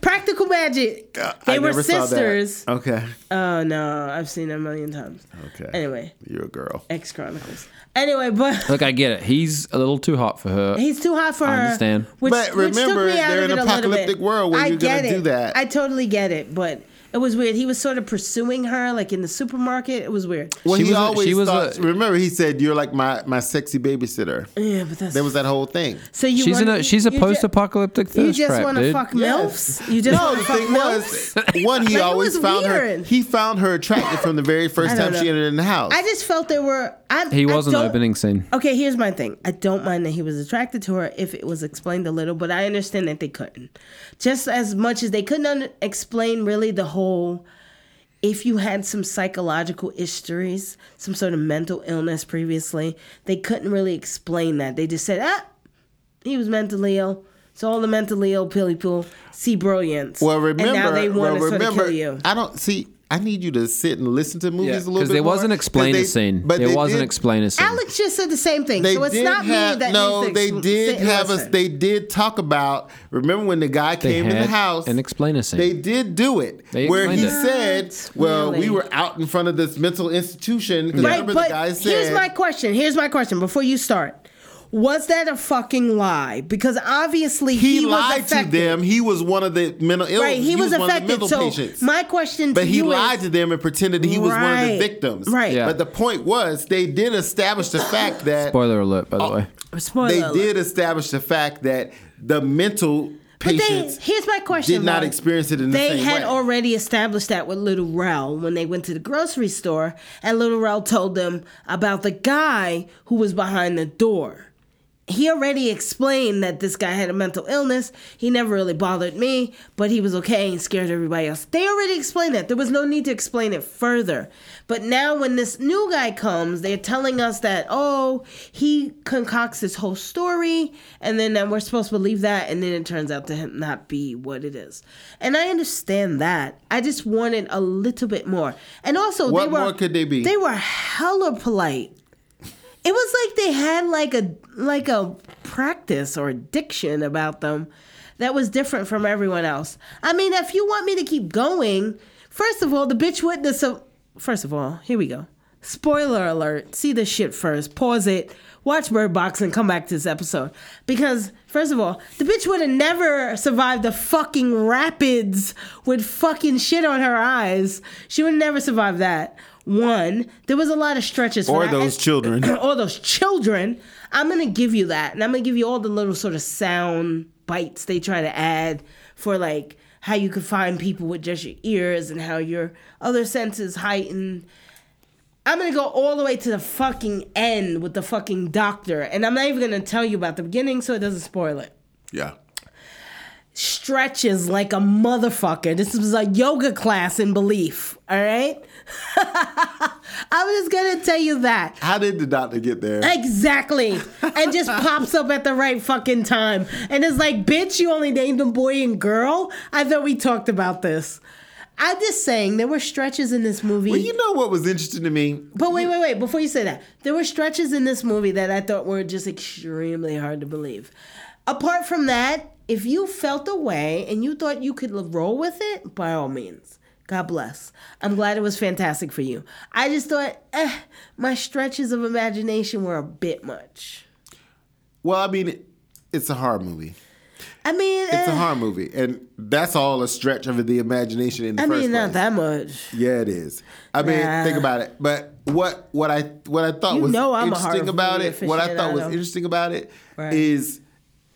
S1: Practical Magic. They
S2: Uh, I
S1: were
S2: never saw that.
S1: sisters.
S2: Okay.
S1: Oh no, I've seen it a million times.
S2: Okay.
S1: Anyway.
S2: You're a girl.
S1: X Chronicles. Anyway, but
S3: Look, I get it. He's a little too hot for her.
S1: he's too hot for
S3: I
S1: her.
S3: understand.
S1: Which,
S2: But
S1: which took
S2: remember,
S1: me out of
S2: they're in
S1: it a little
S2: apocalyptic
S1: bit.
S2: world where
S1: I
S2: you're gonna
S1: get
S2: do
S1: it.
S2: that.
S1: I totally get it, but it was weird. He was sort of pursuing her, like in the supermarket. It was weird.
S2: Well,
S3: She
S2: he
S3: was a-
S2: always
S3: she was
S2: thought-
S3: a-
S2: remember he said you're like my, my sexy babysitter.
S1: Yeah, but that's
S2: There was that whole thing.
S1: So you
S3: she's in
S1: wanna-
S3: a, she's a
S1: you ju-
S3: post-apocalyptic
S1: You
S3: thirst
S1: just
S3: trap,
S1: wanna
S3: dude.
S1: fuck
S2: Yes.
S1: milfs. You just
S2: No,
S1: want
S2: Oh,
S1: to
S2: the
S1: fuck
S2: thing
S1: milfs.
S2: was, one, he
S1: Like, it
S2: always
S1: was
S2: found her.
S1: weird.
S2: He found her attractive from the very first
S1: I don't
S2: time she
S1: know.
S2: entered in the house.
S1: I just felt there were. I,
S3: He was
S1: I
S3: an
S1: don't-
S3: opening scene.
S1: Okay, here's my thing. I don't mind that he was attracted to her if it was explained a little, but I understand that they couldn't. Just as much as they couldn't un- explain really the whole if you had some psychological histories, some sort of mental illness previously, they couldn't really explain that. They just said, ah, he was mentally ill. So all the mentally ill pilly pool see brilliance.
S2: well,
S1: and
S2: remember,
S1: now they want
S2: well,
S1: to
S2: remember,
S1: sort of kill you.
S2: I don't see. I need you to sit and listen to movies
S3: Yeah,
S2: a little bit
S3: because there was
S2: more,
S3: an
S2: 'cause
S3: explainer
S2: they-
S3: scene.
S2: but
S3: There
S2: they
S3: was an
S2: did-
S3: explainer scene.
S1: Alex just said the same thing,
S2: They
S1: so it's
S2: did
S1: not
S2: have-
S1: me that
S2: no.
S1: needs to
S2: they
S1: ex-
S2: did
S1: sit and
S2: have a.
S1: listen.
S2: They did talk about. Remember when the guy
S3: They
S2: came in the
S3: had
S2: house
S3: an explainer scene.
S2: They did do it
S3: They
S2: where he
S3: explained
S1: Not
S2: said, "Well,
S1: really.
S2: we were out in front of this mental institution." 'cause
S1: Right,
S2: remember
S1: but
S2: the guy said,
S1: here's my question. Here's my question before you start. Was that a fucking lie? Because obviously
S2: He,
S1: he,
S2: lied
S1: was affected.
S2: to them. He was one of the mental ill.
S1: Right, he, was,
S2: one of the
S1: affected.
S2: mental
S1: So
S2: patients.
S1: my question to
S2: But he
S1: you
S2: lied
S1: is,
S2: to them and pretended he was one of the
S1: Right.
S2: victims.
S1: Right. Yeah.
S2: But the point was, they did establish the fact that
S3: Spoiler alert, by the
S2: Oh,
S3: way.
S1: Spoiler
S2: they
S1: alert.
S2: did establish the fact that the mental
S1: But
S2: patients
S1: they, here's my question:
S2: did not
S1: Mark.
S2: experience it in the
S1: They
S2: same
S1: had
S2: way.
S1: already established that with Little Rel when they went to the grocery store, and Little Rel told them about the guy who was behind the door. He already explained that this guy had a mental illness. He never really bothered me, but he was okay and scared everybody else. They already explained that. There was no need to explain it further. But now, when this new guy comes, they're telling us that, oh, he concocts this whole story, and then uh, we're supposed to believe that, and then it turns out to him not be what it is. And I understand that. I just wanted a little bit more. And also,
S2: What
S1: they were,
S2: more could they be?
S1: They were hella polite. It was like they had like a like a practice or diction about them that was different from everyone else. I mean, if you want me to keep going, first of all, the bitch witness of first of all, here we go. Spoiler alert. See this shit first. Pause it. Watch Bird Box and come back to this episode. Because, first of all, the bitch would have never survived the fucking rapids with fucking shit on her eyes. She would never survive that. One, there was a lot of stretches
S2: Or
S1: for that.
S2: those
S1: And-
S2: children.
S1: all those children. I'm gonna give you that, and I'm gonna give you all the little sort of sound bites they try to add for like how you could find people with just your ears and how your other senses heighten. I'm gonna go all the way to the fucking end with the fucking doctor, and I'm not even gonna tell you about the beginning so it doesn't spoil it
S2: yeah.
S1: stretches like a motherfucker. This was a yoga class in belief, all right? I'm just gonna tell you that.
S2: How did the doctor get there?
S1: Exactly. And just pops up at the right fucking time. And it's like, bitch, you only named them boy and girl? I thought we talked about this. I'm just saying, there were stretches in this movie.
S2: well, you know what was interesting to me?
S1: But wait, wait, wait. Before you say that, there were stretches in this movie that I thought were just extremely hard to believe. Apart from that, if you felt a way and you thought you could roll with it, by all means. God bless. I'm glad it was fantastic for you. I just thought, eh, my stretches of imagination were a bit much.
S2: Well, I mean, it's a horror movie.
S1: I mean,
S2: It's
S1: eh,
S2: a horror movie, and that's all a stretch of the imagination in the
S1: I
S2: first
S1: mean, not
S2: place.
S1: that much.
S2: Yeah, it is. I mean,
S1: Nah.
S2: think about it. But what what I what I thought
S1: You
S2: was
S1: know I'm a
S2: interesting
S1: horror
S2: about
S1: movie
S2: it, what I thought was
S1: aficionado.
S2: interesting about it, is,
S1: Right.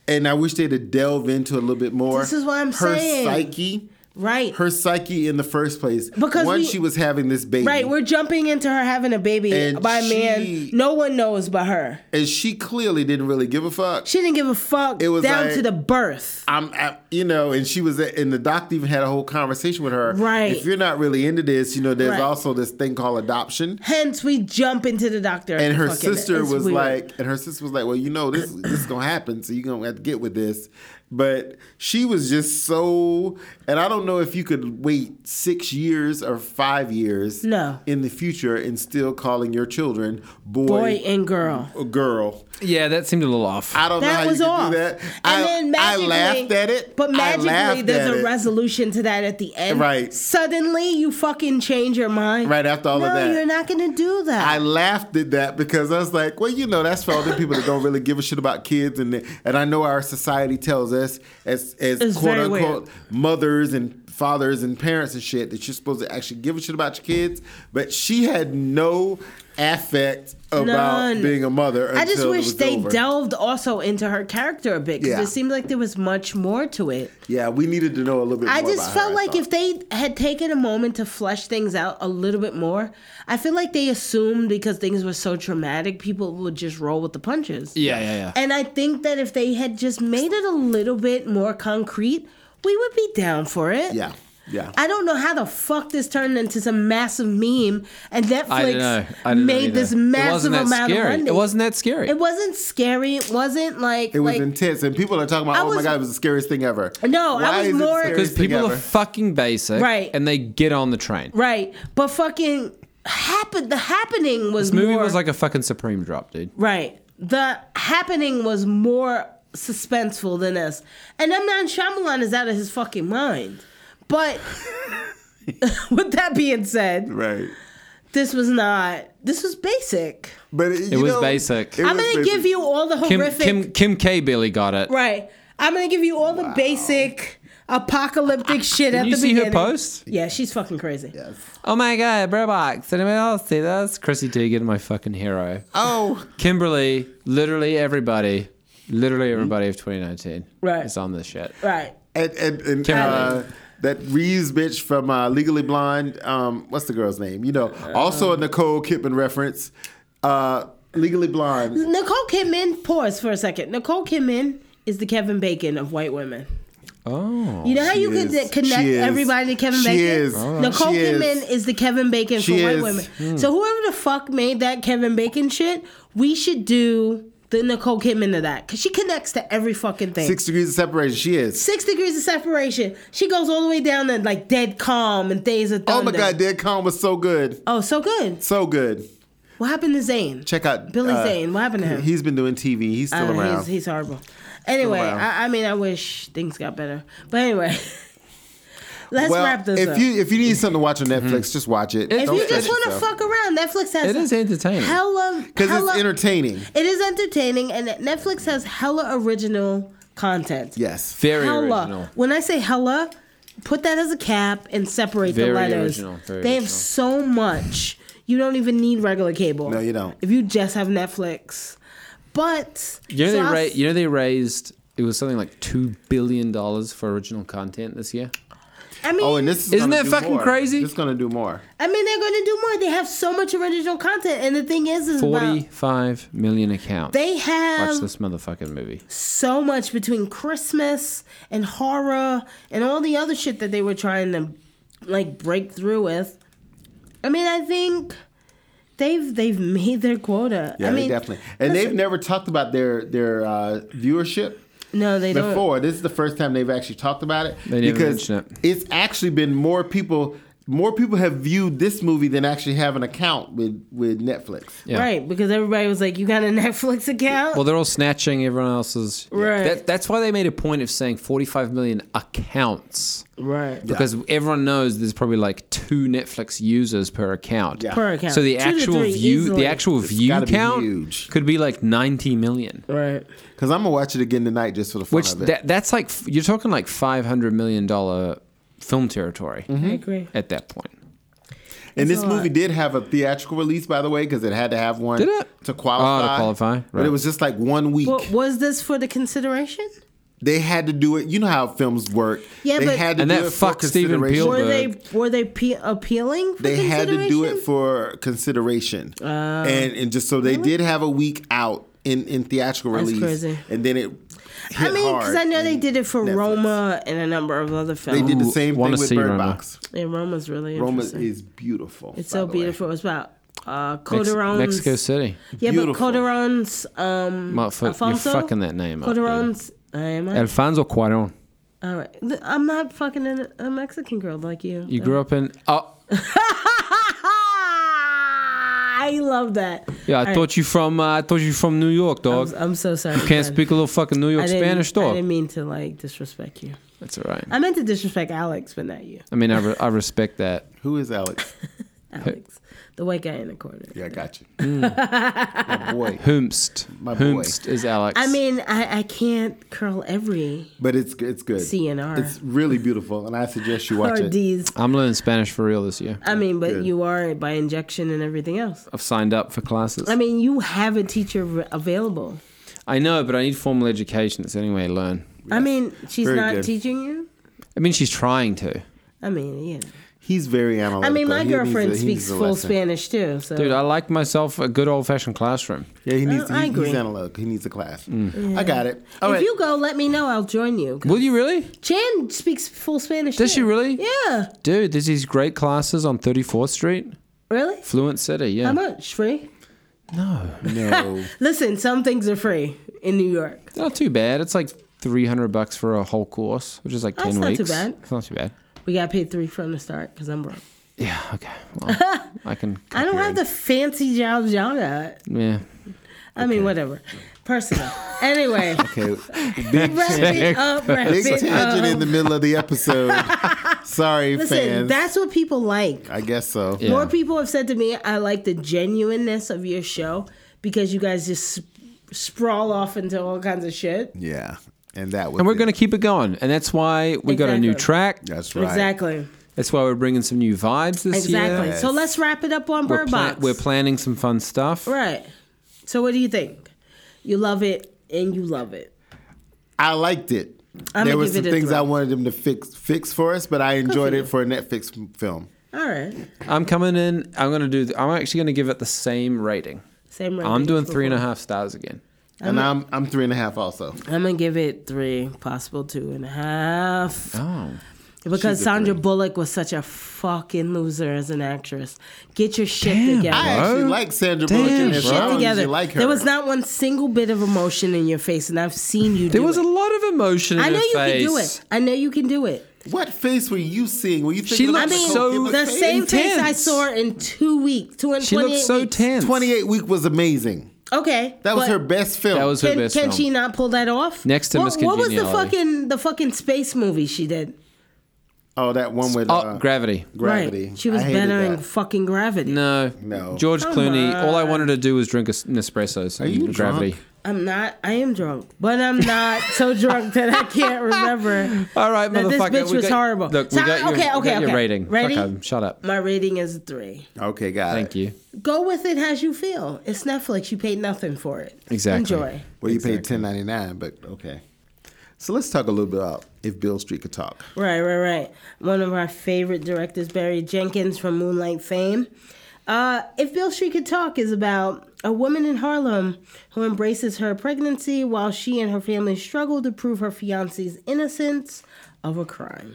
S2: and I wish they'd have delved into a little bit more.
S1: This is what I'm
S2: her
S1: saying.
S2: psyche,
S1: Right.
S2: her psyche in the first place.
S1: Because
S2: once
S1: we-
S2: she was having this baby,
S1: right. We're jumping into her having a baby
S2: And
S1: by a man
S2: she-
S1: no one knows but her.
S2: and she clearly didn't really give a fuck.
S1: She didn't give a fuck
S2: It was
S1: down
S2: like-
S1: to the birth.
S2: I'm, I, you know, and she was, and the doctor even had a whole conversation with her.
S1: Right.
S2: If you're not really into this, you know, there's
S1: Right.
S2: also this thing called adoption.
S1: Hence, we jump into the doctor.
S2: and her
S1: fucking-
S2: sister
S1: it's
S2: was
S1: weird.
S2: like, and her sister was like, well, you know, this this is gonna happen, so you're gonna have to get with this. But she was just so, and I don't know if you could wait six years or five years,
S1: No.
S2: in the future, and still calling your children boy,
S1: boy and girl.
S2: or girl.
S3: Yeah, that seemed a little off.
S2: I don't know how
S1: That
S2: you
S1: was
S2: could
S1: off.
S2: do that.
S1: And
S2: I,
S1: then
S2: I
S1: magically,
S2: laughed at it,
S1: But
S2: I
S1: magically,
S2: laughed
S1: there's
S2: at
S1: a
S2: it.
S1: resolution to that at the end.
S2: Right.
S1: Suddenly, you fucking change your mind.
S2: Right after all
S1: no,
S2: of that.
S1: you're not gonna do that.
S2: I laughed at that because I was like, well, you know, that's for all the people that don't really give a shit about kids, and and I know our society tells us as as
S1: It's
S2: quote
S1: very
S2: unquote mothers and fathers and parents and shit that you're supposed to actually give a shit about your kids, but she had no affect about
S1: None.
S2: being a mother.
S1: I just
S2: until it
S1: wish
S2: was
S1: they
S2: over.
S1: delved also into her character a bit because
S2: Yeah.
S1: it seemed like there was much more to it.
S2: Yeah, we needed to know a little bit.
S1: I
S2: more
S1: just
S2: about
S1: felt
S2: her,
S1: like
S2: thought.
S1: if they had taken a moment to flesh things out a little bit more, I feel like they assumed because things were so traumatic, people would just roll with the punches.
S3: yeah, yeah, yeah.
S1: And I think that if they had just made it a little bit more concrete, we would be down for it.
S2: yeah, yeah.
S1: I don't know how the fuck this turned into some massive meme, and Netflix
S3: I don't know. I don't know
S1: made
S3: either.
S1: this
S3: it
S1: massive
S3: wasn't that
S1: amount
S3: scary.
S1: of money.
S3: It wasn't that scary.
S1: It wasn't scary. It wasn't like
S2: it was
S1: like
S2: intense, and people are talking about,
S1: I
S2: "Oh my
S1: was-
S2: god, it was the scariest thing ever."
S1: No, I
S2: Why
S1: was
S2: is it the
S1: more-
S2: scariest
S3: because
S2: thing
S3: people
S2: ever?
S3: are fucking basic,
S1: Right.
S3: And they get on the train.
S1: right, but fucking happen. The happening was
S3: This movie
S1: more,
S3: was like a fucking supreme drop, dude.
S1: Right. The happening was more suspenseful than us. And M. Night Shyamalan is out of his fucking mind. But with that being said,
S2: right.
S1: This was not. This was basic.
S2: But
S3: It was basic.
S1: I'm gonna give you all the
S3: Kim,
S1: horrific.
S3: Kim, Kim K barely got it.
S1: Right. I'm gonna give you all the basic apocalyptic shit at
S3: Did Ah, you
S1: the
S3: see
S1: beginning.
S3: her post?
S1: Yeah, she's fucking crazy.
S3: Oh my god, Brobox. Anybody else see this? Chrissy Teigen, my fucking hero.
S2: Oh,
S3: Kimberly, literally everybody, literally everybody of 2019
S1: Hmm? Right.
S3: is on this shit.
S1: Right.
S2: and and, and
S3: Kimberly.
S2: uh, that Reeves bitch from uh, Legally Blonde. Um, what's the girl's name? You know,
S3: Uh,
S2: also a Nicole Kidman reference. Uh, Legally Blonde.
S1: Nicole Kidman. Pause for a second. Nicole Kidman is the Kevin Bacon of white women.
S3: Oh.
S1: You know how you
S2: She
S1: could
S2: is.
S1: connect
S2: She is.
S1: everybody to Kevin
S2: She
S1: Bacon?
S2: is. Oh.
S1: Nicole
S2: She is.
S1: Kidman is. the Kevin Bacon
S2: She
S1: for white
S2: is. Hmm.
S1: women. So whoever the fuck made that Kevin Bacon shit, we should do the Nicole Kidman of that. Because she connects to every fucking thing. Six,
S2: Six degrees of separation. She is.
S1: degrees of separation. She goes all the way down to like Dead Calm and Days of
S2: Oh
S1: Thunder.
S2: my God, Dead Con was so good.
S1: Oh, so good.
S2: So good.
S1: What happened to Zayn?
S2: Check out
S1: Billy
S2: uh,
S1: Zane. What happened to him?
S2: He's been doing TV. He's
S1: Uh,
S2: still around.
S1: He's, he's horrible. Anyway,
S2: around.
S1: I, I mean, I wish things got better. But anyway, let's
S2: well,
S1: wrap this
S2: if
S1: up.
S2: you if you need something to watch on Netflix,
S3: Mm-hmm.
S2: just watch it.
S1: If
S2: Don't
S1: you
S2: stress
S1: just want to
S2: yourself.
S1: fuck around, Netflix has
S3: It is entertaining.
S1: Hella,
S2: because
S1: hella-
S2: it's entertaining.
S1: It is entertaining, and Netflix has hella original content.
S2: Yes.
S3: Very
S1: hella.
S3: original.
S1: When I say hella, put that as a cap and separate the
S3: Very
S1: letters.
S3: original, very
S1: they have
S3: original.
S1: so much. You don't even need regular cable.
S2: No, you don't.
S1: If you just have Netflix, but
S3: You know,
S1: so
S3: they
S1: I'll-
S3: ra- you know they raised, it was something like $2 billion for original content this year?
S1: I mean,
S2: Oh, and this is
S3: Isn't
S2: gonna
S3: that
S2: do
S3: fucking
S2: more.
S3: crazy?
S2: It's gonna do more.
S1: I mean, they're going to do more. They have so much original content, and the thing is, is about
S3: Forty-five million accounts.
S1: they have
S3: Watch this motherfucking movie.
S1: so much between Christmas and horror and all the other shit that they were trying to like break through with. I mean, I think they've they've made their quota.
S2: Yeah,
S1: I mean,
S2: they definitely. And they've never talked about their their uh, viewership
S1: no, they don't.
S2: before. This is the first time they've actually talked about it
S3: They didn't
S2: because
S3: mention it.
S2: it's actually been more people. More people have viewed this movie than actually have an account with with Netflix.
S3: Yeah.
S1: Right, because everybody was like, "You got a Netflix account?"
S3: Well, they're all snatching everyone else's.
S1: Right.
S3: That, that's why they made a point of saying 45 million accounts.
S1: right.
S3: Because everyone knows there's probably like two Netflix users per account.
S2: Yeah.
S1: Per account.
S3: So the
S1: Two to
S3: actual
S1: three
S3: view,
S1: easily.
S3: the actual view
S2: gotta be
S3: count
S2: huge.
S3: could be like 90 million.
S1: Right.
S2: Because I'm gonna watch it again tonight just for the fun
S3: Which
S2: of it.
S3: that, that's like f- you're talking like 500 million dollar film territory
S2: Mm-hmm.
S1: I agree.
S3: at that point.
S2: and
S1: it's
S2: this
S1: a lot.
S2: movie did have a theatrical release, by the way, because it had to have one
S3: Did it?
S2: to qualify.
S3: Oh, to qualify,
S2: But
S3: right.
S2: it was just like one week.
S1: Well, was this for the consideration?
S2: they had to do it. You know how films work.
S1: Yeah,
S2: they
S1: but-
S2: had to
S3: And
S2: do
S3: that
S2: it for
S3: fucked Steven
S2: consideration.
S3: Spielberg.
S1: Were they were they pe- appealing? For
S2: They had to do it
S1: consideration? Oh.
S2: for consideration, and and just so they did have a week out in in theatrical
S1: That's
S2: release,
S1: crazy.
S2: and then it.
S1: I
S2: hit
S1: mean, because
S2: hard
S1: I know
S2: in
S1: they did it for
S2: Netflix.
S1: Roma and a number of other films.
S2: They did the
S3: Ooh,
S2: same thing
S3: wanna
S2: with
S3: see
S2: Bird
S3: Roma.
S2: Box.
S1: Yeah, Roma's really
S2: Roma
S1: interesting.
S2: is beautiful.
S1: it's
S2: by
S1: so
S2: the way.
S1: beautiful. It's about uh,
S3: Mex-
S1: Calderon's
S3: Mexico City.
S1: Yeah,
S2: Beautiful.
S1: but Calderon's um,
S3: My fu- you're
S1: Alfonso.
S3: fucking that name up. dude.
S1: Calderon's. Am I?
S3: Alfonso Cuarón.
S1: All right. Th- I'm not fucking a, a Mexican girl like you.
S3: You grew up in. Oh,
S1: I love that.
S3: yeah. I
S1: All right.
S3: thought you from. Uh, I thought you from New York,
S1: I'm,
S3: dog.
S1: s- I'm so sorry.
S3: Can't
S1: man.
S3: speak a little fucking New
S1: I
S3: York
S1: didn't-
S3: Spanish,
S1: I
S3: dog.
S1: didn't mean to like disrespect you.
S3: That's all right.
S1: I meant to disrespect Alex, but not you,
S3: I mean, I, re- I respect that.
S2: Who is Alex?
S1: Alex, the white guy in the corner.
S2: Yeah, I got you.
S3: Hmm.
S2: My boy.
S3: Whomst.
S2: My boy.
S3: Whomst is Alex.
S1: I mean, I, I can't curl every
S2: But it's it's good.
S1: CNR.
S2: It's really beautiful, and I suggest you watch
S1: or
S2: it.
S1: D's.
S3: I'm learning Spanish for real this year.
S1: I mean, but
S2: Good.
S1: you are by injection and everything else.
S3: I've signed up for classes.
S1: I mean, you have a teacher re- available.
S3: I know, but I need formal education. It's the only way to learn.
S1: I mean, she's
S2: Very
S1: not
S2: good.
S1: teaching you.
S3: I mean, she's trying to.
S1: I mean, yeah.
S2: He's very
S1: I
S2: analytical.
S1: mean, my
S2: He needs
S1: girlfriend
S2: a- he
S1: speaks
S2: needs a
S1: full
S2: lesson.
S1: Spanish too. So
S3: Dude, I like myself a good old fashioned classroom.
S2: Yeah, he needs.
S1: I
S2: he,
S1: agree.
S2: He's analytical. He needs a class.
S3: Mm.
S2: I got it. All
S1: if
S2: right.
S1: you go, let me know. I'll join you. 'Cause
S3: Will you really?
S1: Jan speaks full Spanish.
S3: Does she
S1: too.
S3: really?
S1: Yeah.
S3: Dude, there's these great classes on 34th Street.
S1: Really?
S3: Fluent City, yeah.
S1: How much free?
S3: no.
S2: no.
S1: Listen, some things are free in New York.
S3: It's not too bad. It's like 300 bucks for a whole course, which is like 10
S1: That's not too
S3: weeks.
S1: bad.
S3: It's not too bad.
S1: We got paid three from the start because I'm broke.
S3: Yeah, okay. Well, I can.
S1: I don't have the fancy jobs y'all got.
S3: Yeah.
S1: I mean, whatever. Personal. Anyway,
S2: Okay. Big,
S1: wrap it up. Wrap
S2: big
S1: it
S3: Uh-huh.
S2: tangent in
S1: up.
S2: the middle of the episode. sorry,
S1: um, Listen,
S2: fans.
S1: that's what people like.
S2: I guess so.
S3: Yeah.
S1: More people have said to me, I like the genuineness of your show because you guys just sp- sprawl off into all kinds of shit.
S2: Yeah. And that was.
S3: And we're
S2: it.
S3: going to keep it going. And that's why we got a new
S1: Exactly.
S3: track.
S2: That's right.
S1: Exactly.
S3: That's why we're bringing some new vibes this
S1: Exactly.
S3: year.
S1: So let's wrap it up on
S3: We're,
S1: Bird
S3: pla-
S1: Box.
S3: we're planning some fun stuff.
S1: right. So what do you think? You love it and you love it.
S2: I liked it.
S1: I'ma
S2: there were
S1: give
S2: some
S1: it a
S2: things
S1: three.
S2: I wanted them to fix fix for us, but I enjoyed
S1: for
S2: it for a Netflix film.
S1: All right.
S3: I'm coming in. I'm going to do. th- I'm actually going to give it the same rating.
S1: Same rating
S3: I'm doing
S1: as
S3: three and a
S1: before.
S3: half stars again.
S2: And I'm I'm three and a half also.
S1: I'm gonna give it three, possible two and a half.
S3: Oh.
S1: Because Sandra Bullock was such a fucking loser as an actress. Get your shit together.
S2: I actually like Sandra Bullock.
S3: Damn,
S2: in
S1: Get
S2: this.
S1: your
S2: I
S1: shit
S2: don't
S1: together.
S2: usually like her.
S1: There was not one single bit of emotion in your face, and I've seen you.
S3: There
S1: do
S3: was
S1: it.
S3: a lot of emotion in
S1: I know
S3: her
S1: you
S3: face.
S1: can do it. I know you can do it.
S2: What face were you seeing? Were you thinking
S3: She
S1: I
S2: about
S3: looked
S2: Nicole
S1: mean,
S3: so
S2: Kidman's
S1: the
S2: face?
S1: same face I
S3: intense.
S1: saw in two weeks, two and
S3: She
S1: twenty-eight
S3: looked so
S1: weeks.
S3: tense.
S2: 28 week was amazing.
S1: Okay,
S2: That was
S1: but
S2: her best film.
S3: That was her
S1: Can,
S3: best
S1: can
S3: film.
S1: she not pull that off?
S3: Next to
S1: what,
S3: Miss
S1: What was the
S3: Congeniality.
S1: fucking the fucking space movie she did?
S2: oh, that one with
S3: Oh,
S2: uh,
S3: Gravity.
S2: gravity.
S1: Right. She was
S2: I hated
S1: better in
S2: that.
S1: fucking gravity.
S3: No.
S2: No.
S3: George
S1: Come
S3: Clooney. All I
S1: on.
S3: wanted to do was drink a s- Nespresso. So
S2: Are you
S3: Gravity.
S2: drunk?
S1: I'm not. I am drunk, but I'm not so drunk that I can't remember.
S3: All right,
S1: Now,
S3: motherfucker.
S1: this bitch
S3: we
S1: was
S3: got-
S1: horrible.
S3: Look,
S1: So,
S3: we got
S1: okay,
S3: your, we
S1: okay,
S3: got your
S1: okay.
S3: rating. Fuck
S1: Ready?
S3: him, Shut up.
S1: My rating is a three.
S2: Okay, got it.
S3: Thank you.
S1: Go with it as you feel. It's Netflix. You paid nothing for it.
S3: Exactly.
S1: Enjoy.
S2: Well, you paid ten ninety nine, but okay. So let's talk a little bit about if Bill Street could talk.
S1: Right, right, right. One of our favorite directors, Barry Jenkins from Moonlight fame. Uh, if Bill Street Could Talk is about a woman in Harlem who embraces her pregnancy while she and her family struggle to prove her fiance's innocence of a crime.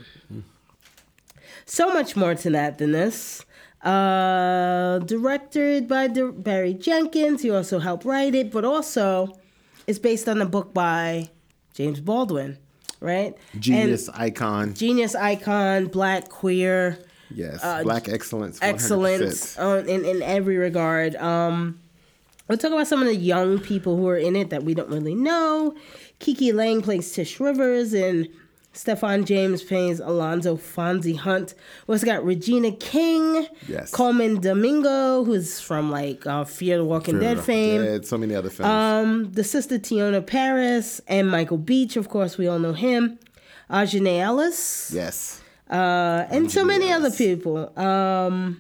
S1: So much more to that than this. Uh, directed by Di- Barry Jenkins, he also helped write it, but also it's based on a book by James Baldwin, right? And-
S2: Genius icon.
S1: genius icon, black queer
S2: yes. Black excellence. 100%.
S1: excellence uh, in in every regard. Um, we'll talk about some of the young people who are in it that we don't really know. Kiki Lang plays Tish Rivers and. Stefan James plays Alonzo Fonzie Hunt. We also got Regina King,
S2: Yes.
S1: Coleman Domingo, who's from like uh, Fear the Walking Dead fame,
S2: Dead, so many other films.
S1: um, the sister Tiona Paris, and Michael Beach. Of course, we all know him. Uh, Janae Ellis
S2: yes.
S1: uh, and so many other people. Um,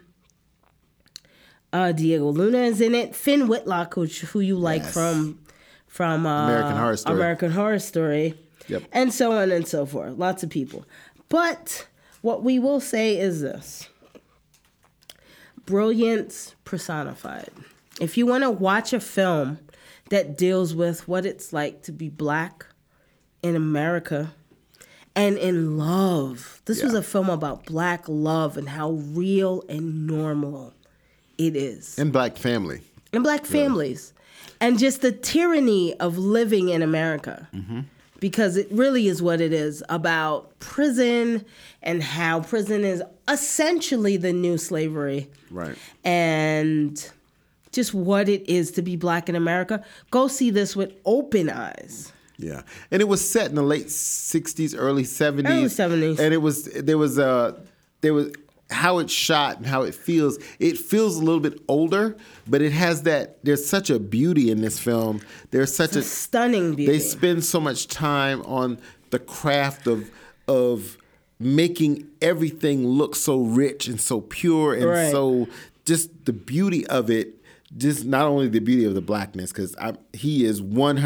S1: uh, Diego Luna is in it. Finn Whitlock, which who you like
S2: Yes.
S1: from from uh,
S2: American Horror Story.
S1: American Horror Story,
S2: Yep.
S1: and so on and so forth. Lots of people, but what we will say is this: brilliance personified. If you want to watch a film that deals with what it's like to be black in America and in love. This was
S2: Yeah.
S1: a film about black love and how real and normal it is.
S2: And Black Family.
S1: And black families. And just the tyranny of living in America.
S2: Mm-hmm.
S1: Because it really is what it is about prison and how prison is essentially the new slavery
S2: Right.
S1: and just what it is to be black in America. Go see this with open eyes.
S2: Yeah, and it was set in the late '60s, early '70s.
S1: Early 70s.
S2: And it was there was a there was how it's shot and how it feels. It feels a little bit older, but it has that. There's such a beauty in this film. There's such a
S1: Stunning beauty.
S2: they spend so much time on the craft of of making everything look so rich and so pure and
S1: Right.
S2: so just the beauty of it just not only the beauty of the blackness because he is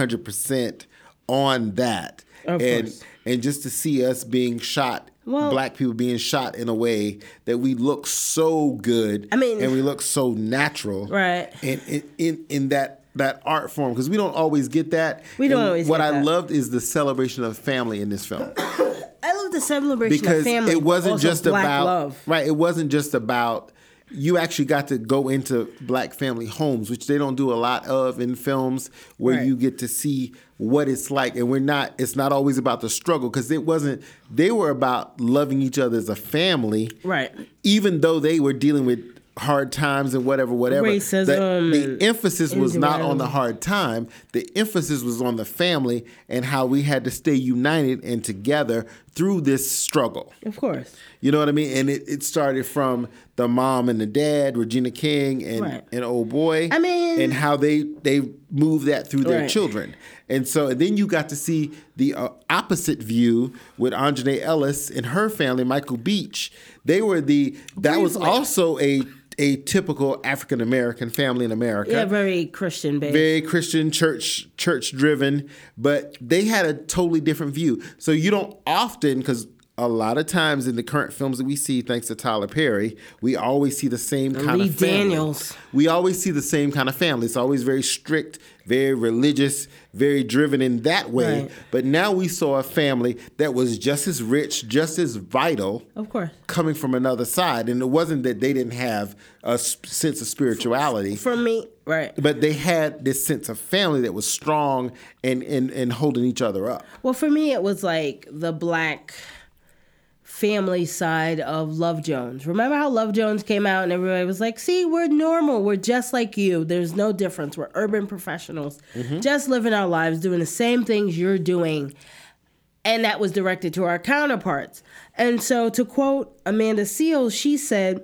S2: 100% on that
S1: Of
S2: and
S1: course.
S2: and just to see us being shot
S1: Well-
S2: black people being shot in a way that we look so good
S1: I mean-
S2: and we look so natural
S1: Right.
S2: and in in, in that that art form because we don't always get that
S1: We don't
S2: and
S1: always
S2: What
S1: get
S2: I
S1: that.
S2: loved is the celebration of family in this film
S1: I love the celebration
S2: because
S1: of family.
S2: it
S1: but
S2: wasn't
S1: also
S2: just
S1: black
S2: about
S1: love.
S2: right. It wasn't just about you actually got to go into black family homes, which they don't do a lot of in films, where
S1: Right.
S2: you get to see what it's like. And we're not. It's not always about the struggle because it wasn't. They were about loving each other as a family,
S1: Right.
S2: even though they were dealing with hard times and whatever, whatever. the-
S1: Racism
S2: The,
S1: and
S2: emphasis was not on the
S1: individualism.
S2: hard time. The emphasis was on the family and how we had to stay united and together through this struggle.
S1: Of course.
S2: You know what I mean? And it, it started from the mom and the dad, Regina King and,
S1: Right.
S2: and old boy.
S1: I mean-
S2: and how they they move that through their
S1: Right.
S2: children. And so and then you got to see the uh, opposite view with Anjanae Ellis and her family, Michael Beach. They were the that was
S1: Briefly.
S2: also a a typical African American family in America
S1: Yeah, very Christian based.
S2: very Christian church church driven, but they had a totally different view. So you don't often because a lot of times in the current films that we see, thanks to Tyler Perry, we always see the same kind
S1: Lee
S2: of family.
S1: Daniels.
S2: We always see the same kind of family. It's always very strict, very religious, very driven in that way.
S1: Right.
S2: But now we saw a family that was just as rich, just as vital
S1: of course.
S2: coming from another side. And it wasn't that they didn't have a s- sense of spirituality
S1: For me, right.
S2: but they had this sense of family that was strong and and, and holding each other up.
S1: Well, for me, it was like the black family side of Love Jones. Remember how Love Jones came out and everybody was like, see, we're normal. We're just like you. There's no difference. We're urban professionals, just living our lives, doing the same things you're doing. And that was directed to our counterparts. And so, to quote Amanda Seals, she said,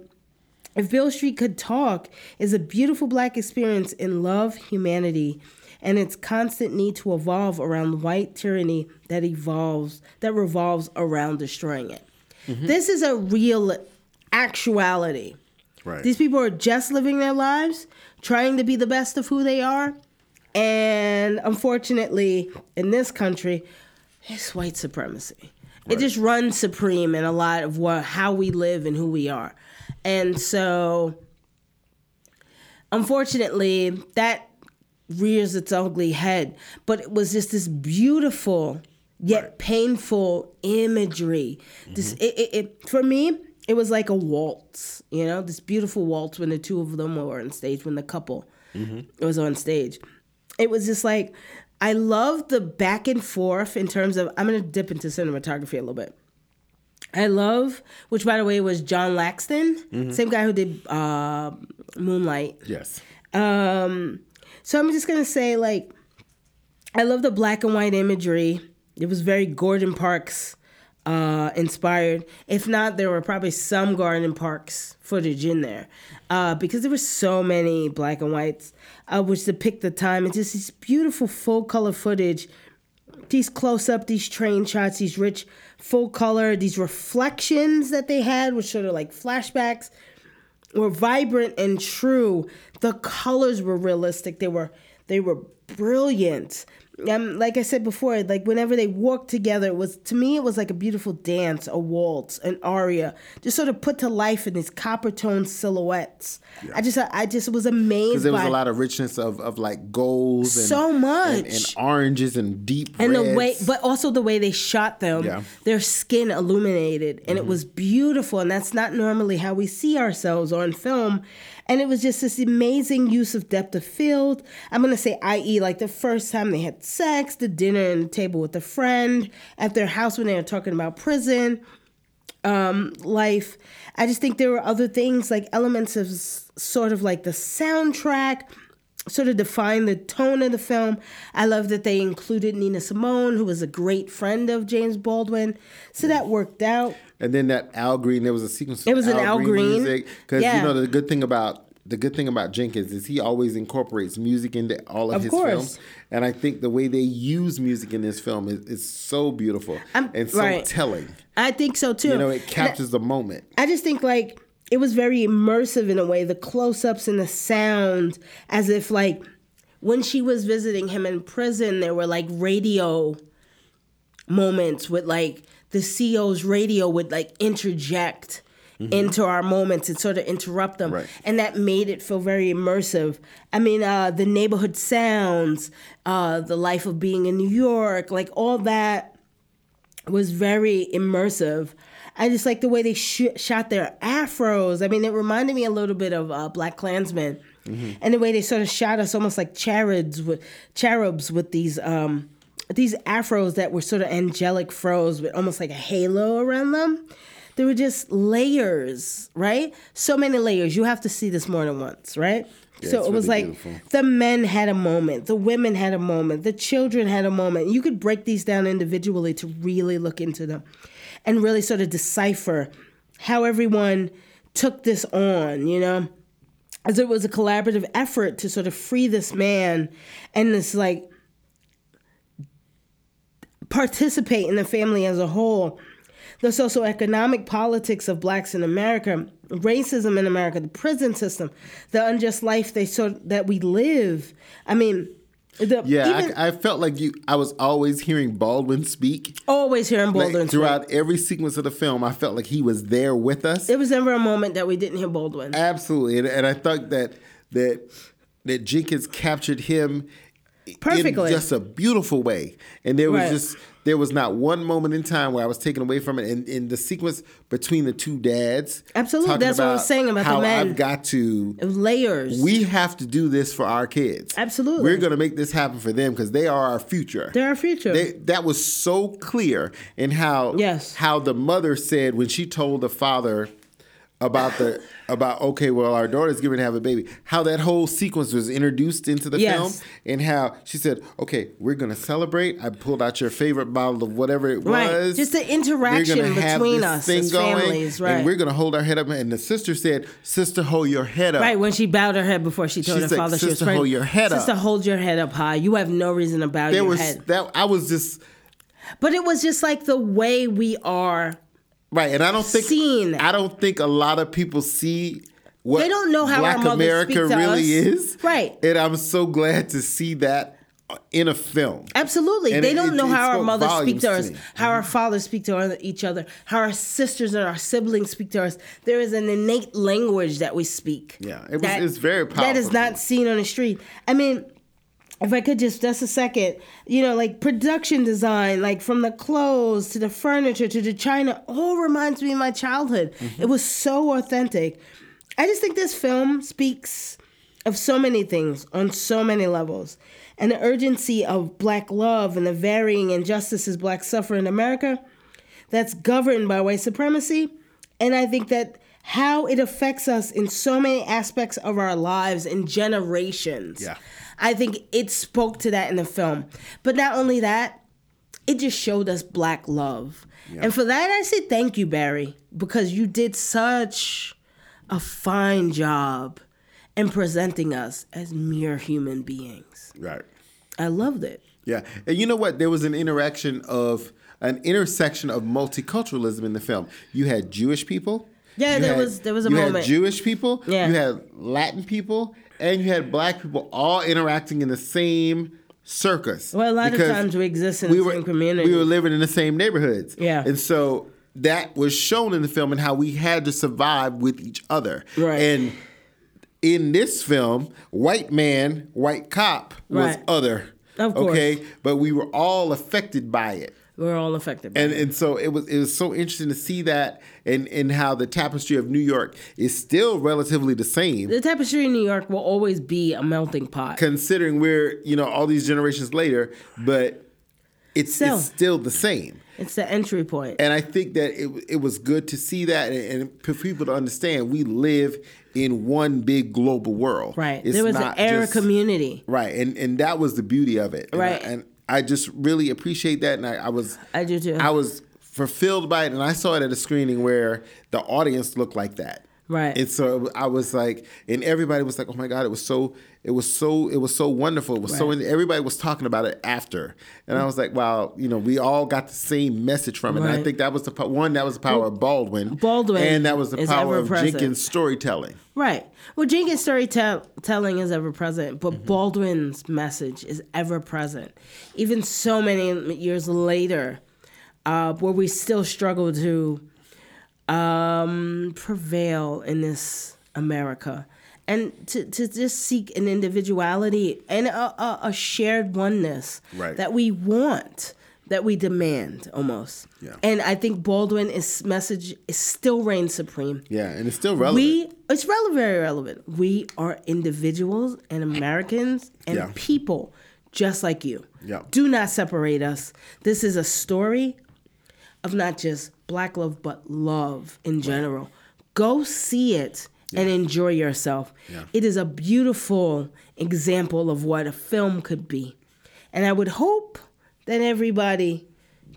S1: if Bill Street Could Talk is a beautiful black experience in love, humanity, and its constant need to evolve around white tyranny that evolves that revolves around destroying it. This is a real actuality.
S2: Right.
S1: These people are just living their lives, trying to be the best of who they are. And unfortunately, in this country, it's white supremacy. It just runs supreme in a lot of what, how we live and who we are. And so, unfortunately, that rears its ugly head. But it was just this beautiful yet painful imagery. This it, it, it for me, it was like a waltz, you know, this beautiful waltz when the two of them were on stage, when the couple was on stage. It was just like I love the back and forth in terms of I'm gonna dip into cinematography a little bit. I love, which by the way was John Laxton, same guy who did uh, Moonlight.
S2: yes.
S1: Um, So I'm just gonna say, like, I love the black and white imagery. It was very Gordon Parks uh, inspired. If not, there were probably some Gordon Parks footage in there uh, because there were so many black and whites uh, which depict the time. It's just this beautiful full color footage. These close up, these train shots, these rich full color, these reflections that they had, which sort of like flashbacks were vibrant and true. The colors were realistic. They were they were brilliant. Um, like I said before, like whenever they walked together, it was to me it was like a beautiful dance, a waltz, an aria, just sort of put to life in these copper toned silhouettes. I just I just was amazed.
S2: Because there was
S1: by
S2: a lot of richness of, of like golds and
S1: So much.
S2: and, and oranges and deep
S1: and
S2: reds.
S1: the way but also the way they shot them
S2: Yeah.
S1: their skin illuminated and it was beautiful and that's not normally how we see ourselves on film and it was just this amazing use of depth of field i'm going to say i.e like the first time they had sex the dinner and the table with a friend at their house when they were talking about prison life. I just think there were other things like elements of s- sort of like the soundtrack sort of define the tone of the film. I love that they included Nina Simone, who was a great friend of James Baldwin. So that worked out.
S2: and then that Al Green, there was a sequence.
S1: It was an Al Green.
S2: because
S1: Yeah.
S2: you know the good thing about the good thing about Jenkins is he always incorporates music into all of,
S1: Of
S2: his
S1: course.
S2: films, and I think the way they use music in this film is, is so beautiful
S1: I'm-
S2: and so
S1: right.
S2: telling.
S1: I think so too.
S2: You know, it
S1: And
S2: captures the moment.
S1: I just think like it was very immersive in a way, the close ups and the sound, as if like when she was visiting him in prison, there were like radio moments with like the CO's radio would like interject into our moments and sort of interrupt them.
S2: Right.
S1: And that made it feel very immersive. I mean, uh, the neighborhood sounds, uh, the life of being in New York, like all that was very immersive. I just like the way they sh- shot their afros. I mean, it reminded me a little bit of uh, Black Klansmen,
S2: Mm-hmm.
S1: and the way they sort of shot us almost like cherubs with cherubs with these um, these afros that were sort of angelic froze with almost like a halo around them. There were just layers, right? So many layers. You have to see this more than once, right? so it
S2: it's
S1: was
S2: really
S1: like
S2: beautiful.
S1: the men had a moment, the women had a moment, the children had a moment. You could break these down individually to really look into them. and really sort of decipher how everyone took this on, you know? As it was a collaborative effort to sort of free this man and this like participate in the family as a whole. The socioeconomic politics of blacks in America, racism in America, the prison system, the unjust life they sort that we live. I mean, the,
S2: Yeah,
S1: even-
S2: I, I felt like you. I was always hearing Baldwin speak
S1: always hearing
S2: Like,
S1: Baldwin
S2: throughout every sequence of the film. I felt like he was there with us.
S1: There was never a moment that we didn't hear Baldwin.
S2: Absolutely, and, and I thought that that that Jenkins captured him
S1: Perfectly.
S2: in just a beautiful way. And there was
S1: Right.
S2: just there was not one moment in time where I was taken away from it. And in the sequence between the two dads,
S1: Absolutely,
S2: talking
S1: that's what I was saying about the
S2: how
S1: men.
S2: I've got to.
S1: Layers.
S2: We have to do this for our kids.
S1: Absolutely.
S2: we're going to make this happen for them because they are our future.
S1: They're our future.
S2: They, that was so clear in how
S1: Yes.
S2: how the mother said when she told the father about the about okay well our daughter's going to have a baby how that whole sequence was introduced into the
S1: Yes.
S2: film and how she said okay we're going to celebrate I pulled out your favorite bottle of whatever it
S1: Right.
S2: was
S1: Just the
S2: We're gonna
S1: interaction
S2: have
S1: between
S2: this
S1: us
S2: thing
S1: as
S2: going,
S1: families, right.
S2: and we're going to hold our head up and the sister said sister hold your head up
S1: Right when she bowed her head before she told
S2: She's
S1: her
S2: like,
S1: father she was
S2: "Sister,
S1: pregnant.
S2: hold your head up."
S1: Sister, hold your head up high. You have no reason to bow
S2: there
S1: your
S2: was
S1: head.
S2: that I was just
S1: But it was just like the way we are.
S2: Right, and I don't think
S1: Seen.
S2: I don't think a lot of people see what
S1: They don't know how our
S2: Black
S1: mothers
S2: America
S1: speak to
S2: really
S1: us.
S2: is.
S1: Right.
S2: and I'm so glad to see that in a film.
S1: Absolutely,
S2: And
S1: they
S2: it-
S1: don't
S2: it-
S1: know
S2: it
S1: how our
S2: spoke
S1: mothers speak
S2: volumes
S1: to
S2: to
S1: us,
S2: me. Mm-hmm.
S1: how our fathers speak to our- each other, how our sisters and our siblings speak to us. There is an innate language that we speak.
S2: Yeah, it was- it's very
S1: That is
S2: powerful.
S1: not seen on the street. I mean, if I could just just a second, you know, like production design, like from the clothes to the furniture to the china, all reminds me of my childhood.
S2: Mm-hmm.
S1: It was so authentic. I just think this film speaks of so many things on so many levels. And the urgency of black love and the varying injustices black suffer in America that's governed by white supremacy. And I think that how it affects us in so many aspects of our lives and generations.
S2: Yeah.
S1: I think it spoke to that in the film. But not only that, it just showed us black love. And for that, I say thank you, Barry, because you did such a fine job in presenting us as mere human beings.
S2: Right.
S1: I loved it.
S2: Yeah, and you know what? There was an interaction of an intersection of multiculturalism in the film. You had Jewish people.
S1: Yeah,
S2: you
S1: there
S2: had-
S1: was- there was a
S2: you had
S1: moment.
S2: Jewish people.
S1: Yeah.
S2: You had Latin people, and you had Black people all interacting in the same circus.
S1: Well, a lot
S2: Because-
S1: of times we exist in the same community.
S2: We were living in the same neighborhoods.
S1: Yeah.
S2: And so that was shown in the film and how we had to survive with each other.
S1: Right.
S2: And in this film, white man, white cop was
S1: Right.
S2: other.
S1: Of course.
S2: Okay. But we were all affected by it.
S1: We are all affected. By
S2: And
S1: it.
S2: and so it was it was so interesting to see that and and how the tapestry of New York is still relatively the same.
S1: the tapestry in New York will always be a melting pot.
S2: considering we're you know all these generations later, but it's
S1: Still.
S2: it's still the same.
S1: It's the entry point.
S2: And I think that it it was good to see that and, and for people to understand we live in one big global world.
S1: Right.
S2: It's
S1: there was an
S2: not
S1: air
S2: just-
S1: community.
S2: Right, and and that was the beauty of it. And I-
S1: Right.
S2: and I just really appreciate that, and I, I was
S1: I do too.
S2: I was fulfilled by it, and I saw it at a screening where the audience looked like that.
S1: Right.
S2: And so I was like, and everybody was like, "Oh my god, it was so, it was so, it was so wonderful. It was so."
S1: Right.
S2: Everybody was talking about it after, and I was like, "Wow, you know, we all got the same message from it." And I
S1: Right.
S2: think that was the po- one that was the power of Baldwin,
S1: Baldwin
S2: and that was the
S1: is
S2: power of
S1: ever-present.
S2: Jenkins' storytelling.
S1: Right. Well, Jenkins' storytelling is ever present, but
S2: Mm-hmm.
S1: Baldwin's message is ever present. Even so many years later, uh, where we still struggle to um, prevail in this America and to, to just seek an individuality and a, a, a shared oneness
S2: Right.
S1: that we want, that we demand almost.
S2: Yeah.
S1: And I think Baldwin's message is still reigns supreme.
S2: Yeah, and it's still relevant.
S1: We it's relevant, very relevant. We are individuals and Americans and
S2: Yeah.
S1: people just like you.
S2: Yeah.
S1: Do not separate us. This is a story of not just black love but love in general. Go see it and enjoy yourself.
S2: Yeah.
S1: It is a beautiful example of what a film could be. And I would hope that everybody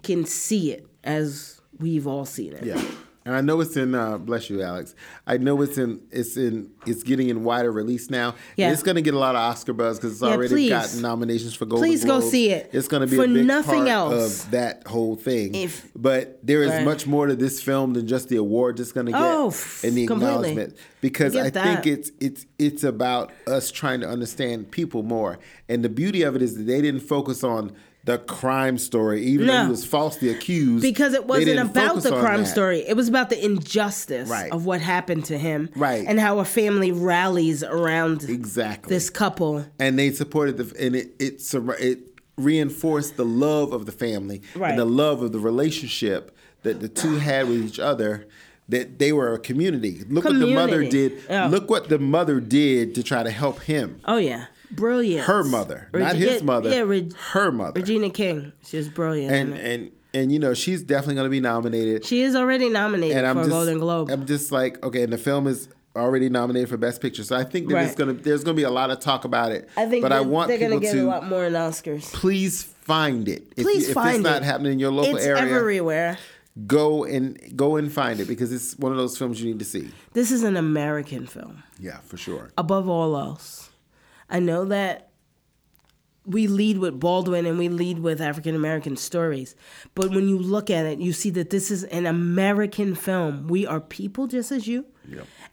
S1: can see it as We've all seen it.
S2: Yeah. And I know it's in. Uh, bless you, Alex. I know it's in. It's in. It's getting in wider release now.
S1: Yeah.
S2: And it's going to get a lot of Oscar buzz because it's
S1: Yeah,
S2: already
S1: please.
S2: got nominations for Golden
S1: Please go
S2: Globes.
S1: see it.
S2: It's going to be
S1: For
S2: a big
S1: nothing
S2: part
S1: else.
S2: of that whole thing.
S1: If-
S2: but there is
S1: Right.
S2: much more to this film than just the award it's going to get
S1: Oh, f-
S2: and the
S1: completely.
S2: acknowledgement because
S1: Forget
S2: I
S1: that.
S2: think it's it's it's about us trying to understand people more. And the beauty of it is that they didn't focus on. The crime story, even though
S1: No.
S2: he was falsely accused,
S1: because
S2: they
S1: it wasn't
S2: didn't
S1: about
S2: focus
S1: the
S2: on
S1: crime
S2: that.
S1: story. It was about the injustice
S2: Right.
S1: of what happened to him,
S2: Right.
S1: And how a family rallies around
S2: Exactly.
S1: this couple.
S2: and they supported the and it it sur- it reinforced the love of the family
S1: Right.
S2: and the love of the relationship that the two had with each other. That they were a community. Look what the mother
S1: Community. Oh.
S2: did.
S1: Yeah.
S2: Look what the mother did to try to help him.
S1: Oh yeah, brilliant.
S2: Her mother, not
S1: Regi-
S2: his mother.
S1: Yeah, Reg-
S2: her mother.
S1: Regina King. She was brilliant. in
S2: and
S1: it.
S2: and and you know she's definitely going to be nominated.
S1: she is already nominated
S2: and I'm
S1: for a
S2: just
S1: Golden Globe.
S2: I'm just like okay, and the film is already nominated for best picture. So I think that it's
S1: Right.
S2: gonna there's going to be a lot of talk about it.
S1: I think
S2: but
S1: they're,
S2: I want
S1: they're
S2: people
S1: gonna get
S2: to
S1: a lot more in Oscars.
S2: please find it. If
S1: Please
S2: if
S1: find
S2: it's not
S1: it.
S2: happening in your local
S1: It's
S2: area,
S1: everywhere.
S2: go and go and find it because it's one of those films you need to see.
S1: This is an American film.
S2: Yeah, for sure.
S1: above all else. I know that we lead with Baldwin and we lead with African American stories, but when you look at it, you see that this is an American film. We are people just as you,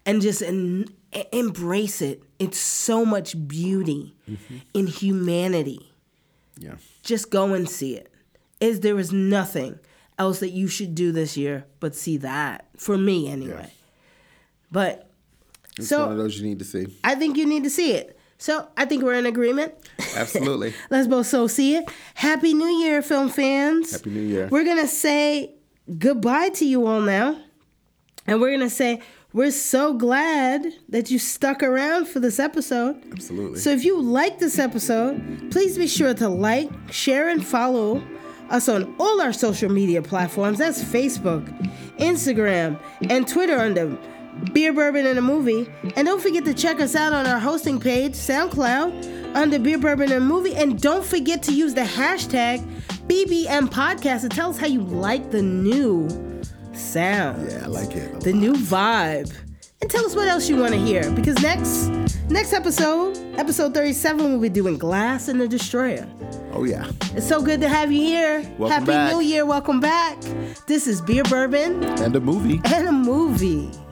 S1: and just en- e- embrace it. It's so much beauty
S2: Mm-hmm.
S1: in humanity.
S2: Yeah.
S1: Just go and see it. Is there is nothing else that you should do this year but see that for me anyway. But
S2: It's
S1: so
S2: one of those you need to see.
S1: I think you need to see it. So I think we're in agreement.
S2: Absolutely.
S1: Let's both so see it. Happy New Year, film fans.
S2: Happy New Year.
S1: We're going to say goodbye to you all now. And we're going to say, we're so glad that you stuck around for this episode.
S2: Absolutely.
S1: So if you like this episode, please be sure to like, share, and follow us on all our social media platforms. That's Facebook, Instagram, and Twitter under Beer Bourbon and a Movie. And don't forget to check us out on our hosting page, SoundCloud, under Beer Bourbon and a Movie. And don't forget to use the hashtag BBM Podcast to tell us how you like the new sound
S2: yeah, I like it.
S1: the new vibe and tell us what else you want to hear because next next episode episode 37 we'll be doing glass and the destroyer
S2: oh yeah.
S1: it's so good to have you here
S2: Welcome
S1: happy
S2: back.
S1: new year welcome back this is beer bourbon
S2: And a movie.
S1: and a movie